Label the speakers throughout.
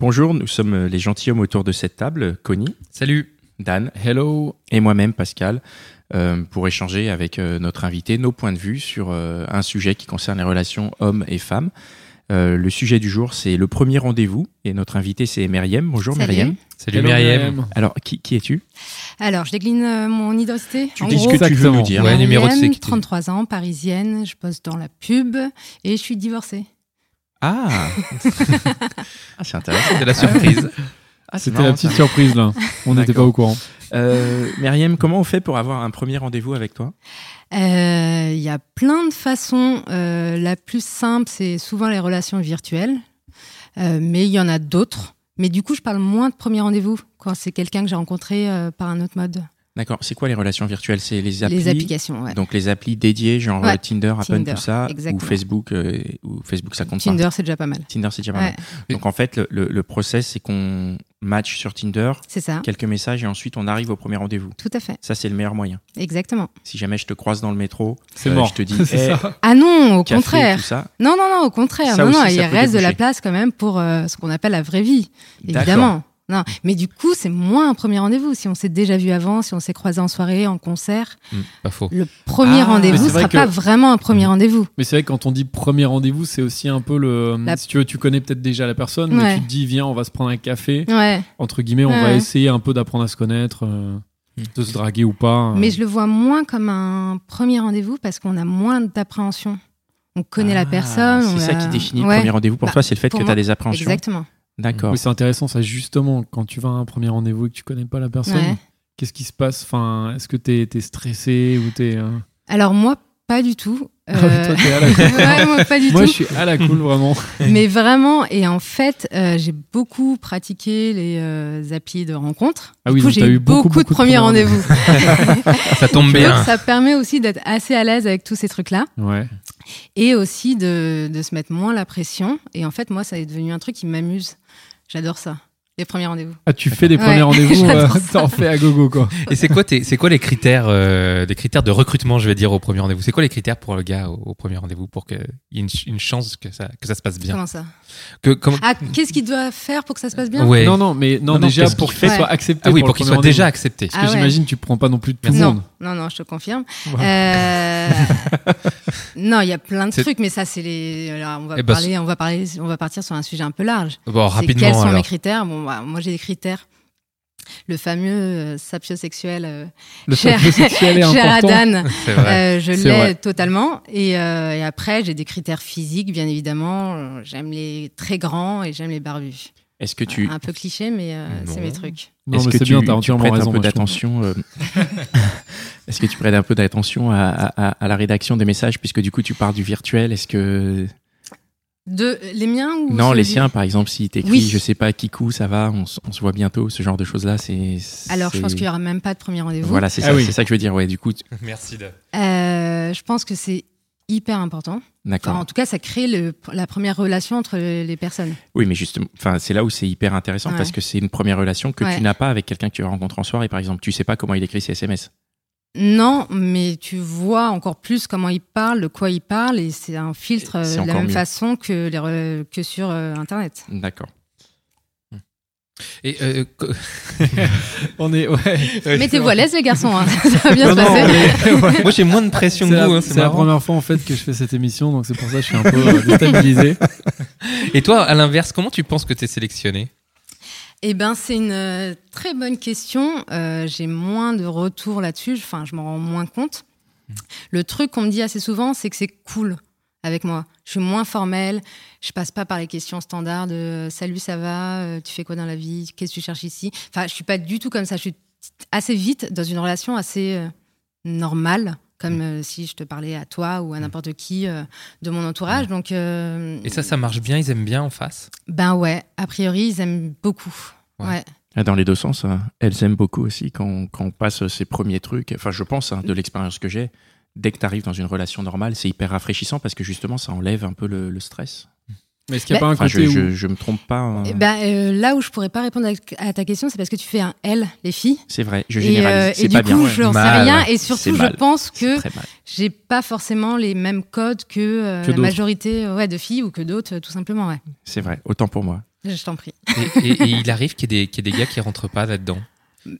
Speaker 1: Bonjour, nous sommes euh, les gentilshommes autour de cette table. Connie,
Speaker 2: Salut.
Speaker 1: Dan
Speaker 2: Hello.
Speaker 1: et moi-même, Pascal, euh, pour échanger avec euh, notre invité nos points de vue sur euh, un sujet qui concerne les relations hommes et femmes. Euh, le sujet du jour, c'est le premier rendez-vous. Et notre invité, c'est Myriam. Bonjour,
Speaker 3: Salut.
Speaker 1: Myriam.
Speaker 2: Salut Myriam.
Speaker 1: Alors, qui, qui es-tu
Speaker 3: Alors, je décline euh, mon identité.
Speaker 1: Tu
Speaker 3: en
Speaker 1: dis ce
Speaker 3: gros,
Speaker 1: que tu veux nous dire.
Speaker 2: Ouais,
Speaker 3: Marianne,
Speaker 2: numéro de sécurité.
Speaker 3: 33 ans, parisienne, je bosse dans la pub et je suis divorcée.
Speaker 1: Ah Ah, c'est intéressant.
Speaker 2: De la surprise.
Speaker 1: Ah, c'est
Speaker 4: C'était
Speaker 1: marrant,
Speaker 4: la
Speaker 1: ça.
Speaker 4: petite surprise là. On n'était pas
Speaker 1: D'accord.
Speaker 4: au courant.
Speaker 1: Euh, Myriam, comment on fait pour avoir un premier rendez-vous avec toi
Speaker 3: Euh, Il y a plein de façons. Euh, la plus simple, c'est souvent les relations virtuelles, Euh, mais il y en a d'autres. Mais du coup, je parle moins de premier rendez-vous quand c'est quelqu'un que j'ai rencontré euh, par un autre mode.
Speaker 1: D'accord. C'est quoi les relations virtuelles C'est les applis
Speaker 3: Les applications, ouais.
Speaker 1: Donc les applis dédiées, genre
Speaker 3: Ouais,
Speaker 1: euh, Tinder, Apple,
Speaker 3: Tinder,
Speaker 1: tout ça, ou
Speaker 3: exactement.
Speaker 1: Facebook, euh, ou Facebook, ça compte
Speaker 3: Tinder, c'est déjà pas mal.
Speaker 1: pas. Tinder, c'est déjà pas mal.
Speaker 3: Ouais.
Speaker 1: Donc en fait, le, le, le process, c'est qu'on match sur Tinder
Speaker 3: C'est ça,
Speaker 1: quelques messages et ensuite on arrive au premier rendez-vous.
Speaker 3: tout à fait,
Speaker 1: Ça, c'est le meilleur moyen.
Speaker 3: exactement.
Speaker 1: Si jamais je te croise dans le métro,
Speaker 4: C'est
Speaker 1: euh,
Speaker 4: mort.
Speaker 1: je te dis,
Speaker 4: C'est
Speaker 1: hey,
Speaker 4: ça.
Speaker 3: Ah non, au
Speaker 1: café,
Speaker 3: contraire.
Speaker 1: tout ça.
Speaker 3: Non, non, non, au contraire.
Speaker 1: Ça
Speaker 3: non,
Speaker 1: aussi,
Speaker 3: non,
Speaker 1: ça
Speaker 3: il
Speaker 1: peut
Speaker 3: reste de la
Speaker 1: déboucher.
Speaker 3: place quand même pour euh, ce qu'on appelle la vraie vie,
Speaker 1: D'accord.
Speaker 3: évidemment. Non, mais du coup, c'est moins un premier rendez-vous. Si on s'est déjà vu avant, si on s'est croisé en soirée, en concert,
Speaker 2: Pas faux.
Speaker 3: le premier
Speaker 1: Ah,
Speaker 4: mais
Speaker 3: rendez-vous
Speaker 4: c'est
Speaker 3: sera
Speaker 4: vrai que-
Speaker 3: pas vraiment un premier
Speaker 1: Mhm.
Speaker 3: rendez-vous.
Speaker 4: Mais c'est vrai que quand on dit premier rendez-vous, c'est aussi un peu le.
Speaker 3: La-
Speaker 4: Si tu veux, tu connais peut-être déjà la personne, mais
Speaker 3: Ouais.
Speaker 4: tu te dis, viens, on va se prendre un café.
Speaker 3: Ouais.
Speaker 4: Entre guillemets, on
Speaker 3: Ouais.
Speaker 4: va essayer un peu d'apprendre à se connaître, euh, de se draguer ou pas.
Speaker 3: Mais
Speaker 4: Euh,
Speaker 3: je le vois moins comme un premier rendez-vous parce qu'on a moins d'appréhension. On connaît
Speaker 1: Ah,
Speaker 3: la personne. on
Speaker 1: C'est ça
Speaker 3: a-
Speaker 1: qui définit
Speaker 3: Ouais,
Speaker 1: le premier rendez-vous pour
Speaker 3: Bah,
Speaker 1: toi, c'est le fait
Speaker 3: pour
Speaker 1: que tu as
Speaker 3: moi,
Speaker 1: des appréhensions.
Speaker 3: Exactement.
Speaker 1: D'accord.
Speaker 4: oui, c'est intéressant ça justement quand tu vas à un premier rendez-vous et que tu connais pas la personne.
Speaker 3: Ouais.
Speaker 4: Qu'est-ce qui se passe Enfin, est-ce que t'es es stressé ou t'es euh,
Speaker 3: Alors moi, pas du tout.
Speaker 1: Ah,
Speaker 3: Euh,
Speaker 4: Toi, t'es à la cool.
Speaker 3: ouais, moi, pas du
Speaker 4: Moi,
Speaker 3: tout.
Speaker 4: je suis à la cool vraiment.
Speaker 3: Mais vraiment, et en fait, euh, j'ai beaucoup pratiqué les euh, applis de rencontres.
Speaker 4: Ah
Speaker 3: du
Speaker 4: oui,
Speaker 3: coup,
Speaker 4: donc
Speaker 3: j'ai
Speaker 4: t'as eu
Speaker 3: eu beaucoup,
Speaker 4: beaucoup, beaucoup
Speaker 3: de premiers rendez-vous.
Speaker 2: Ça tombe bien.
Speaker 3: Donc, ça permet aussi d'être assez à l'aise avec tous ces trucs-là
Speaker 4: Ouais.
Speaker 3: et aussi de, de se mettre moins la pression. Et en fait, moi, ça est devenu un truc qui m'amuse. J'adore ça, les premiers rendez-vous.
Speaker 4: Ah, tu fais des
Speaker 3: Ouais.
Speaker 4: premiers rendez-vous,
Speaker 3: J'adore
Speaker 4: euh, t'en fais à gogo quoi.
Speaker 2: Et c'est quoi, tes- c'est quoi les critères, euh, les critères de recrutement, je vais dire, au premier rendez-vous C'est quoi les critères pour le gars au, au premier rendez-vous pour qu'il y ait une, ch- une chance que ça, que ça se passe bien
Speaker 3: Comment ça
Speaker 2: que, comment-
Speaker 3: Ah, qu'est-ce qu'il doit faire pour que ça se passe bien
Speaker 2: Ouais.
Speaker 4: Non, non, mais non,
Speaker 1: Non, non,
Speaker 4: déjà
Speaker 1: qu'est-ce
Speaker 4: pour
Speaker 1: qu'il
Speaker 4: qu'il
Speaker 3: fait
Speaker 4: soit accepté.
Speaker 2: Ah oui,
Speaker 4: le
Speaker 2: pour qu'il
Speaker 4: premier
Speaker 2: soit déjà
Speaker 4: rendez-vous.
Speaker 2: accepté.
Speaker 3: Ah
Speaker 4: Parce que
Speaker 3: ouais.
Speaker 4: j'imagine, tu prends pas non plus tout le monde.
Speaker 3: Non, non, non, je te confirme. Euh, non, il y a plein de
Speaker 2: C'est-
Speaker 3: trucs, mais ça, c'est les. alors, on va
Speaker 2: Eh ben,
Speaker 3: parler, on va parler, on va partir sur un sujet un peu large.
Speaker 2: Bon,
Speaker 3: C'est Quels
Speaker 2: Oh, rapidement
Speaker 3: sont mes
Speaker 2: alors.
Speaker 3: critères Bon, bah, moi j'ai des critères. Le fameux euh, sapiosexuel euh,
Speaker 4: Le
Speaker 3: Cher-
Speaker 4: fait sexuel est
Speaker 3: cher
Speaker 4: important.
Speaker 3: Adan,
Speaker 2: C'est vrai.
Speaker 3: euh, je
Speaker 4: c'est
Speaker 3: l'ai
Speaker 4: vrai.
Speaker 3: totalement. Et, euh, et après, j'ai des critères physiques, bien évidemment. J'aime les très grands et j'aime les barbus.
Speaker 1: Est-ce que tu,
Speaker 3: Un peu cliché, mais euh, c'est
Speaker 2: Non.
Speaker 3: mes trucs.
Speaker 4: Non,
Speaker 1: Est-ce
Speaker 4: mais
Speaker 1: que
Speaker 4: c'est
Speaker 1: tu,
Speaker 4: bien, t'as
Speaker 1: tu
Speaker 4: entièrement
Speaker 1: prêtes
Speaker 4: raison.
Speaker 1: un peu
Speaker 4: moi, je trouve.
Speaker 1: d'attention euh, Est-ce que tu prêtes un peu d'attention à, à- à la rédaction des messages puisque du coup tu parles du virtuel Est-ce que
Speaker 3: De, les miens ou
Speaker 1: non
Speaker 3: ceux
Speaker 1: les
Speaker 3: du-
Speaker 1: siens par exemple si t'écris
Speaker 3: Oui.
Speaker 1: je sais pas Kikou ça va on, s- on se voit bientôt ce genre de choses là c'est
Speaker 3: Alors, je
Speaker 1: c'est-
Speaker 3: pense qu'il n'y aura même pas de premier rendez-vous.
Speaker 1: voilà c'est
Speaker 4: Ah
Speaker 1: ça
Speaker 4: oui.
Speaker 1: c'est ça que je veux dire ouais du coup tu-
Speaker 2: Merci. De...
Speaker 3: Euh, je pense que c'est hyper important. Enfin,
Speaker 1: d'accord
Speaker 3: en tout cas, ça crée le- la première relation entre les personnes.
Speaker 1: oui mais justement enfin c'est là où c'est hyper intéressant
Speaker 3: Ouais.
Speaker 1: parce que c'est une première relation que
Speaker 3: Ouais.
Speaker 1: tu n'as pas avec quelqu'un que tu rencontres en soirée par exemple tu sais pas comment il écrit ses SMS
Speaker 3: Non, mais tu vois encore plus comment il parle, de quoi il parle, et c'est un filtre euh,
Speaker 1: C'est
Speaker 3: de la
Speaker 1: encore
Speaker 3: même
Speaker 1: mieux.
Speaker 3: façon que, les re- que sur euh, Internet.
Speaker 1: d'accord
Speaker 2: Et, euh, co-
Speaker 4: On est, ouais.
Speaker 3: Mettez-vous à l'aise, les garçons, hein. ça va bien
Speaker 4: Non,
Speaker 3: se
Speaker 4: non,
Speaker 3: passer.
Speaker 4: on est- ouais.
Speaker 2: Moi j'ai moins de pression
Speaker 4: C'est
Speaker 2: que
Speaker 4: la,
Speaker 2: vous, hein,
Speaker 4: c'est
Speaker 2: c'est
Speaker 4: la
Speaker 2: marrant.
Speaker 4: première fois en fait que je fais cette émission, donc c'est pour ça que je suis un peu euh, déstabilisé.
Speaker 2: Et toi, à l'inverse, comment tu penses que t'es sélectionné
Speaker 3: Eh ben, c'est une euh, très bonne question. Euh, J'ai moins de retours là-dessus. Enfin, je m'en rends moins compte.
Speaker 2: Mmh.
Speaker 3: Le truc qu'on me dit assez souvent, c'est que c'est cool avec moi. Je suis moins formelle. Je passe pas par les questions standards de euh, salut, ça va, Euh, tu fais quoi dans la vie, qu'est-ce que tu cherches ici. Enfin, je suis pas du tout comme ça. Je suis assez vite dans une relation assez euh, normale comme
Speaker 2: Mmh.
Speaker 3: euh, si je te parlais à toi ou à n'importe qui euh, de mon entourage. Donc, euh,
Speaker 2: Mmh. Et ça, ça marche bien, ils aiment bien en face.
Speaker 3: ben ouais, a priori, ils aiment beaucoup.
Speaker 2: Ouais.
Speaker 3: Ouais.
Speaker 1: Ah, Dans les deux sens, hein. elles aiment beaucoup aussi quand, quand on passe ces premiers trucs. Enfin, je pense, hein, de l'expérience que j'ai, dès que tu arrives dans une relation normale, c'est hyper rafraîchissant parce que justement, ça enlève un peu le, le stress.
Speaker 4: Mais est-ce qu'il n'y a
Speaker 3: Mais-
Speaker 4: pas un
Speaker 1: Enfin, je,
Speaker 4: côté où...
Speaker 1: je, je me trompe pas. hein.
Speaker 3: Eh Ben, euh, là où je pourrais pas répondre à- à ta question, c'est parce que tu fais un L, les filles.
Speaker 1: C'est vrai, je
Speaker 3: Et,
Speaker 1: généralise.
Speaker 3: euh,
Speaker 1: c'est
Speaker 3: et
Speaker 1: pas
Speaker 3: du coup,
Speaker 1: bien.
Speaker 3: je n'en sais
Speaker 2: Mal.
Speaker 3: rien. Et
Speaker 1: C'est
Speaker 3: surtout, je
Speaker 1: mal.
Speaker 3: pense
Speaker 1: C'est
Speaker 3: que
Speaker 1: très mal.
Speaker 3: j'ai pas forcément les mêmes codes que, euh, la
Speaker 4: Que d'autres.
Speaker 3: majorité euh, ouais, de filles ou que d'autres, euh, tout simplement. Ouais.
Speaker 1: C'est vrai, autant pour moi.
Speaker 3: Je t'en prie.
Speaker 2: Et, et- et il arrive qu'il y, ait des- qu'il y ait des gars qui rentrent pas là-dedans.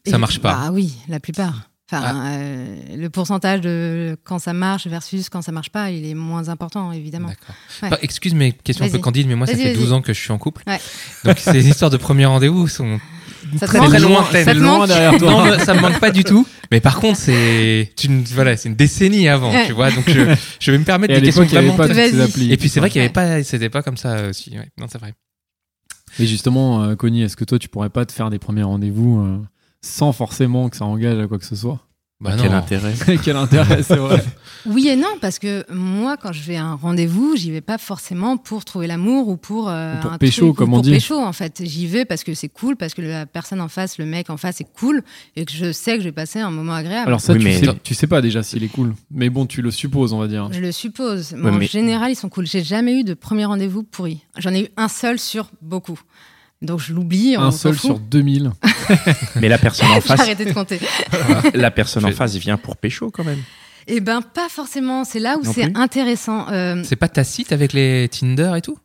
Speaker 2: Ça
Speaker 3: Et-
Speaker 2: marche pas.
Speaker 3: Ah oui, la plupart. Enfin,
Speaker 1: Ah.
Speaker 3: euh, le pourcentage de quand ça marche versus quand ça marche pas, il est moins important, évidemment.
Speaker 2: D'accord.
Speaker 3: Ouais.
Speaker 2: Pas- Excuse mes questions un peu
Speaker 3: Vas-y.
Speaker 2: candides, mais moi, ça
Speaker 3: Vas-y,
Speaker 2: fait
Speaker 3: vas-y.
Speaker 2: 12 ans que je suis en couple.
Speaker 3: Ouais.
Speaker 2: Donc, ces histoires de premier rendez-vous sont
Speaker 3: Ça te
Speaker 2: très,
Speaker 3: manque
Speaker 2: très
Speaker 3: Ça
Speaker 2: lointaines.
Speaker 3: te manque
Speaker 4: derrière
Speaker 2: Non, mais ça me manque pas du tout. Mais par contre, c'est une, voilà, c'est une décennie avant,
Speaker 3: Ouais.
Speaker 2: tu vois. Donc, je, je vais me permettre
Speaker 4: Et à
Speaker 2: des questions
Speaker 4: l'époque, il n'y
Speaker 2: vraiment.
Speaker 4: avait pas toutes
Speaker 3: très-
Speaker 4: ces
Speaker 3: Vas-y.
Speaker 4: applis.
Speaker 2: Et puis, c'est vrai qu'il n'y avait
Speaker 3: Ouais.
Speaker 2: pas, c'était pas comme ça aussi. ouais. Non, c'est vrai.
Speaker 4: Et justement, euh, Connie, est-ce que toi, tu pourrais pas te faire des premiers rendez-vous euh, sans forcément que ça engage à quoi que ce soit
Speaker 2: Bah,
Speaker 1: Quel
Speaker 2: non.
Speaker 1: intérêt
Speaker 4: Quel intérêt, c'est vrai.
Speaker 3: Oui et non, parce que moi, quand je vais à un rendez-vous, j'y vais pas forcément pour trouver l'amour ou pour, euh,
Speaker 4: Ou pour
Speaker 3: un
Speaker 4: pécho,
Speaker 3: truc, ou
Speaker 4: comme on
Speaker 3: pour
Speaker 4: dit.
Speaker 3: pécho, en fait. J'y vais parce que c'est cool, parce que la personne en face, le mec en face, est cool et que je sais que je vais passer un moment agréable.
Speaker 4: Alors ça,
Speaker 1: Oui,
Speaker 4: tu,
Speaker 1: mais-
Speaker 4: sais, tu sais pas déjà s'il est cool. Mais bon, tu le supposes, on va dire.
Speaker 3: Je le suppose. Mais
Speaker 1: Ouais,
Speaker 3: en
Speaker 1: mais-
Speaker 3: général, ils sont cool. J'ai jamais eu de premier rendez-vous pourri. J'en ai eu un seul sur beaucoup. Donc je l'oublie. on
Speaker 4: Un
Speaker 3: s'en
Speaker 4: seul
Speaker 3: fout.
Speaker 4: sur 2000.
Speaker 1: Mais la personne en
Speaker 3: J'ai
Speaker 1: face,
Speaker 3: arrêté de compter.
Speaker 1: la personne en
Speaker 2: Je-
Speaker 1: face vient pour pécho quand même.
Speaker 3: Eh ben, pas forcément. C'est là où
Speaker 1: Non
Speaker 3: c'est
Speaker 1: plus
Speaker 3: intéressant. Euh,
Speaker 2: C'est pas tacite avec les Tinder et tout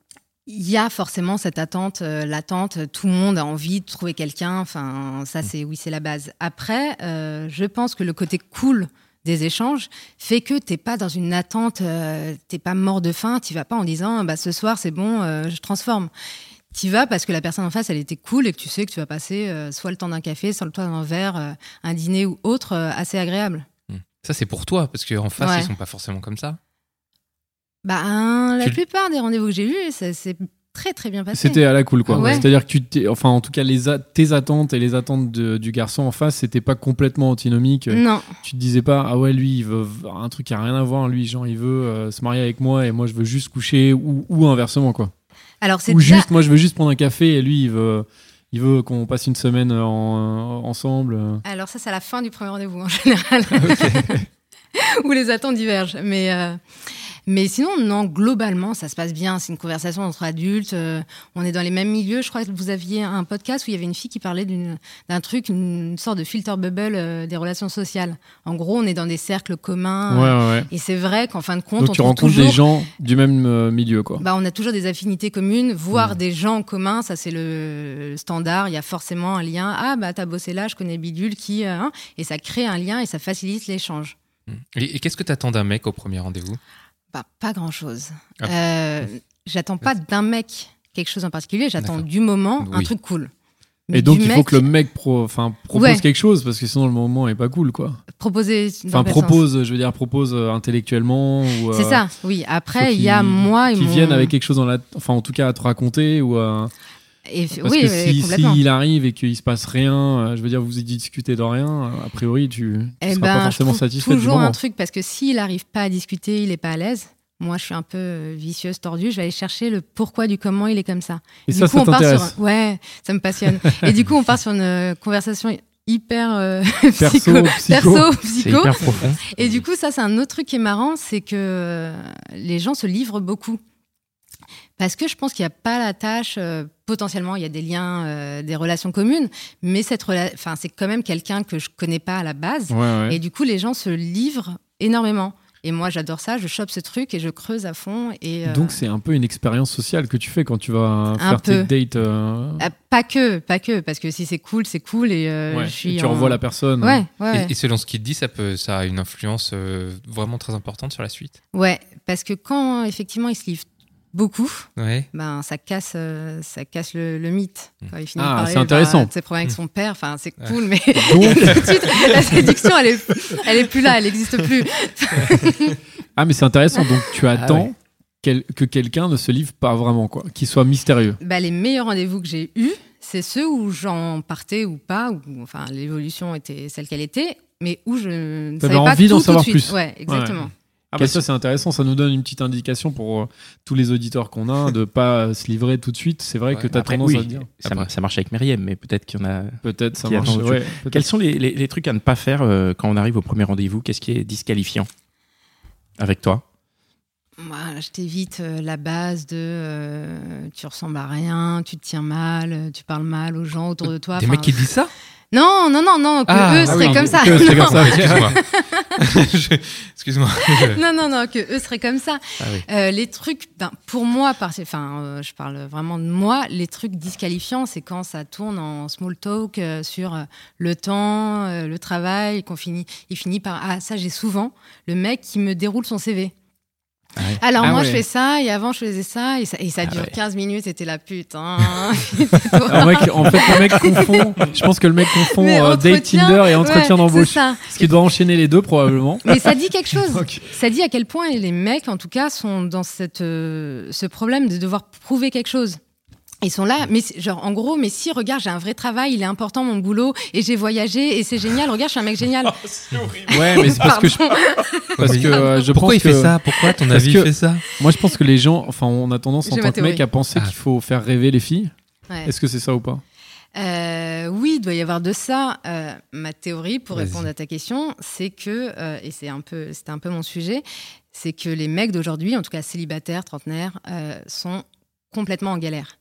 Speaker 3: Il y a forcément cette attente, euh, l'attente. Tout le monde a envie de trouver quelqu'un. Enfin,
Speaker 4: Mm.
Speaker 3: ça, c'est oui, c'est la base. Après, euh, je pense que le côté cool des échanges fait que t'es pas dans une attente, euh, t'es pas mort de faim. Tu vas pas en disant, bah ce soir c'est bon, euh, je transforme. T'y vas parce que la personne en face, elle était cool et que tu sais que tu vas passer euh, soit le temps d'un café, soit le temps d'un verre, euh, un dîner ou autre, euh, assez agréable.
Speaker 2: Ça, c'est pour toi, parce qu'en face,
Speaker 3: Ouais.
Speaker 2: ils sont pas forcément comme ça.
Speaker 3: Bah, hein, la
Speaker 2: Tu-
Speaker 3: plupart des rendez-vous que j'ai eus, ça s'est très très bien passé. Ah
Speaker 4: C'était à la cool, quoi.
Speaker 3: Ouais.
Speaker 4: C'est-à-dire que tu t'es- enfin, en tout cas, les a- tes attentes et les attentes de- du garçon en face, c'était pas complètement antinomique.
Speaker 3: Non,
Speaker 4: Tu te disais pas, ah ouais, lui, il veut v- un truc qui a rien à voir. Lui, genre, il veut euh, se marier avec moi et moi, je veux juste coucher ou, ou inversement, quoi.
Speaker 3: alors c'est
Speaker 4: Ou
Speaker 3: déjà...
Speaker 4: juste, moi, je veux juste prendre un café et lui, il veut, il veut qu'on passe une semaine en- ensemble.
Speaker 3: Alors ça, c'est à la fin du premier rendez-vous en général, où les attentes divergent. Mais, euh, mais sinon, non, globalement, ça se passe bien. C'est une conversation entre adultes. euh, on est dans les mêmes milieux. Je crois que vous aviez un podcast où il y avait une fille qui parlait d'une- d'un truc, une sorte de filter bubble euh, des relations sociales. En gros, on est dans des cercles communs. euh,
Speaker 4: ouais, ouais.
Speaker 3: Et c'est vrai qu'en fin de compte,
Speaker 4: Donc,
Speaker 3: on
Speaker 4: tu
Speaker 3: trouve
Speaker 4: rencontres
Speaker 3: toujours...
Speaker 4: des gens du même euh, milieu, quoi.
Speaker 3: Bah, on a toujours des affinités communes, voire
Speaker 4: Mm.
Speaker 3: des gens communs, ça c'est le standard. Il y a forcément un lien. Ah bah t'as bossé là, je connais Bidule qui, euh, hein. et ça crée un lien et ça facilite l'échange.
Speaker 2: Hmm. Et, et qu'est-ce que t'attends d'un mec au premier rendez-vous
Speaker 3: Bah, pas grand chose.
Speaker 2: Ah.
Speaker 3: Euh, J'attends pas d'un mec quelque chose en particulier. J'attends
Speaker 2: D'accord.
Speaker 3: du moment un
Speaker 2: Oui.
Speaker 3: truc cool. Mais
Speaker 4: Et donc,
Speaker 3: du
Speaker 4: il faut
Speaker 3: mec,
Speaker 4: que le mec pro- enfin, propose
Speaker 3: Ouais.
Speaker 4: quelque chose parce que sinon, le moment est pas cool, quoi.
Speaker 3: proposer. dans
Speaker 4: Enfin,
Speaker 3: quel sens
Speaker 4: propose, je veux dire, propose euh, intellectuellement. ou, euh,
Speaker 3: C'est ça. Oui.
Speaker 4: faut
Speaker 3: Après, il
Speaker 4: qu'il-
Speaker 3: y a moi et
Speaker 4: Qu'il
Speaker 3: mon.
Speaker 4: vienne avec quelque chose dans la. Enfin, en tout cas, à te raconter. Ou, euh,
Speaker 3: Et-
Speaker 4: parce
Speaker 3: oui,
Speaker 4: que
Speaker 3: oui,
Speaker 4: si,
Speaker 3: complètement.
Speaker 4: si il arrive et qu'il se passe rien, euh, je veux dire, vous y discutez de rien, euh, a priori, tu ne
Speaker 3: Eh ben,
Speaker 4: seras pas
Speaker 3: je
Speaker 4: forcément
Speaker 3: trouve
Speaker 4: satisfait du
Speaker 3: toujours
Speaker 4: moment.
Speaker 3: un truc parce que s'il arrive pas à discuter, il est pas à l'aise. Moi, je suis un peu euh, vicieuse, tordue. Je vais aller chercher le pourquoi du comment il est comme ça.
Speaker 4: Et
Speaker 3: du
Speaker 4: ça,
Speaker 3: coup,
Speaker 4: ça
Speaker 3: on part
Speaker 4: t'intéresse.
Speaker 3: sur. Ouais, ça me passionne. Et du coup, on part sur une euh, conversation hyper euh, psycho,
Speaker 4: Perso, psycho.
Speaker 3: perso,
Speaker 1: C'est
Speaker 3: psycho.
Speaker 1: hyper profond.
Speaker 3: Et du coup, ça, c'est un autre truc qui est marrant, c'est que euh, les gens se livrent beaucoup. Parce que je pense qu'il n'y a pas la tâche, euh, potentiellement, il y a des liens, euh, des relations communes, mais cette rela- enfin, c'est quand même quelqu'un que je connais pas à la base.
Speaker 4: Ouais, ouais.
Speaker 3: Et du coup, les gens se livrent énormément. Et moi, j'adore ça, je chope ce truc et je creuse à fond. Et, euh,
Speaker 4: Donc, c'est un peu une expérience sociale que tu fais quand tu vas faire
Speaker 3: peu.
Speaker 4: tes dates. euh,
Speaker 3: ah, pas que, pas que, parce que si c'est cool, c'est cool. Et euh,
Speaker 4: ouais,
Speaker 3: je suis
Speaker 4: et tu
Speaker 3: en-
Speaker 4: revois la personne.
Speaker 3: Ouais, ouais,
Speaker 2: Et-
Speaker 3: ouais.
Speaker 2: Et, selon ce qu'il te dit, ça, peut, ça a une influence euh, vraiment très importante sur la suite.
Speaker 3: Ouais, parce que quand effectivement ils se livrent beaucoup,
Speaker 2: Ouais.
Speaker 3: ben ça casse, euh, ça casse le, le mythe. Quand il finit
Speaker 4: Ah,
Speaker 3: par
Speaker 4: c'est
Speaker 3: parler,
Speaker 4: intéressant.
Speaker 3: bah, de ses problèmes avec son père, enfin c'est
Speaker 2: Ouais.
Speaker 3: cool, mais
Speaker 4: Donc,
Speaker 3: tout de suite la séduction, elle est, elle est plus là, elle n'existe plus.
Speaker 4: ah, mais c'est intéressant. Donc, tu attends
Speaker 2: ouais.
Speaker 4: quel- que quelqu'un ne se livre pas vraiment, quoi. Qu'il soit mystérieux.
Speaker 3: Bah, les meilleurs rendez-vous que j'ai eus, c'est ceux où j'en partais ou pas, ou enfin l'évolution était celle qu'elle était, mais où je ne
Speaker 4: T'avais
Speaker 3: savais pas
Speaker 4: envie d'en
Speaker 3: tout, tout
Speaker 4: savoir
Speaker 3: de suite.
Speaker 4: plus.
Speaker 3: Ouais, exactement.
Speaker 4: Ah bah ça c'est intéressant, ça nous donne une petite indication pour euh, tous les auditeurs qu'on a de pas euh, se livrer tout de suite. C'est vrai
Speaker 2: Ouais,
Speaker 4: que tu as
Speaker 1: Après,
Speaker 4: tendance
Speaker 1: oui,
Speaker 4: à te dire.
Speaker 1: Ça, mar- ça marche avec Myriam, mais peut-être qu'il y en a.
Speaker 4: Peut-être ça
Speaker 1: Qui
Speaker 4: marche.
Speaker 1: attend autre
Speaker 4: ouais,
Speaker 1: Quels
Speaker 4: peut-être.
Speaker 1: sont les, les- les trucs à ne pas faire euh, quand on arrive au premier rendez-vous Qu'est-ce qui est disqualifiant avec toi
Speaker 3: Voilà, je t'évite euh, la base de euh, tu ressembles à rien, tu te tiens mal, euh, tu parles mal aux gens autour de toi.
Speaker 2: Des
Speaker 3: Enfin,
Speaker 2: mecs qui disent ça
Speaker 3: Non, non, non, non, que
Speaker 2: Ah,
Speaker 3: eux
Speaker 2: ah
Speaker 3: seraient
Speaker 2: oui,
Speaker 3: comme ça.
Speaker 4: bah que eux seraient comme
Speaker 3: Non.
Speaker 4: ça.
Speaker 2: Ah, Excuse-moi. Je- Excuse-moi. Je-
Speaker 3: Non, non, non, que eux seraient comme ça.
Speaker 2: Ah oui.
Speaker 3: Euh, les trucs, ben, pour moi, par- enfin, euh, je parle vraiment de moi, les trucs disqualifiants, c'est quand ça tourne en small talk euh, sur euh, le temps, euh, le travail, qu'on finit, il finit par ah ça j'ai souvent le mec qui me déroule son CV.
Speaker 1: Ah ouais.
Speaker 3: Alors
Speaker 4: Ah
Speaker 3: moi
Speaker 4: ouais.
Speaker 3: je fais ça et avant je faisais ça et ça, et ça dure
Speaker 1: ouais.
Speaker 3: 15 minutes et t'es la pute. hein.
Speaker 4: Alors, Ah, mec, en fait, le mec confond. Je pense que le mec confond
Speaker 3: Mais
Speaker 4: euh, date
Speaker 3: entretien,
Speaker 4: Tinder et
Speaker 3: ouais,
Speaker 4: entretien
Speaker 3: c'est
Speaker 4: d'embauche.
Speaker 3: ça.
Speaker 4: Ce qui doit enchaîner les deux probablement.
Speaker 3: Mais ça dit quelque chose.
Speaker 4: Donc,
Speaker 3: Ça dit à quel point les mecs, en tout cas, sont dans cette, euh, ce problème de devoir prouver quelque chose. Ils sont là, mais c'est- genre en gros, mais si, regarde, j'ai un vrai travail, il est important mon boulot, et j'ai voyagé, et c'est génial, regarde, je suis un mec génial.
Speaker 4: ouais, mais c'est parce que je,
Speaker 3: Pardon.
Speaker 4: parce que euh, je
Speaker 2: Pourquoi il
Speaker 4: pense
Speaker 2: fait
Speaker 4: que-
Speaker 2: ça Pourquoi ton
Speaker 4: Parce
Speaker 2: avis
Speaker 4: que-
Speaker 2: fait ça
Speaker 4: Moi, je pense que les gens, enfin, on a tendance en
Speaker 3: J'ai
Speaker 4: tant
Speaker 3: ma
Speaker 4: que mec
Speaker 3: théorie.
Speaker 4: à penser
Speaker 2: Ah.
Speaker 4: qu'il faut faire rêver les filles.
Speaker 3: Ouais.
Speaker 4: Est-ce que c'est ça ou pas
Speaker 3: Euh, oui, il doit y avoir de ça. Euh, ma théorie, pour
Speaker 2: Vas-y.
Speaker 3: répondre à ta question, c'est que, euh, et c'est un peu, c'était un peu mon sujet, c'est que les mecs d'aujourd'hui, en tout cas célibataires, trentenaires, euh, sont complètement en galère.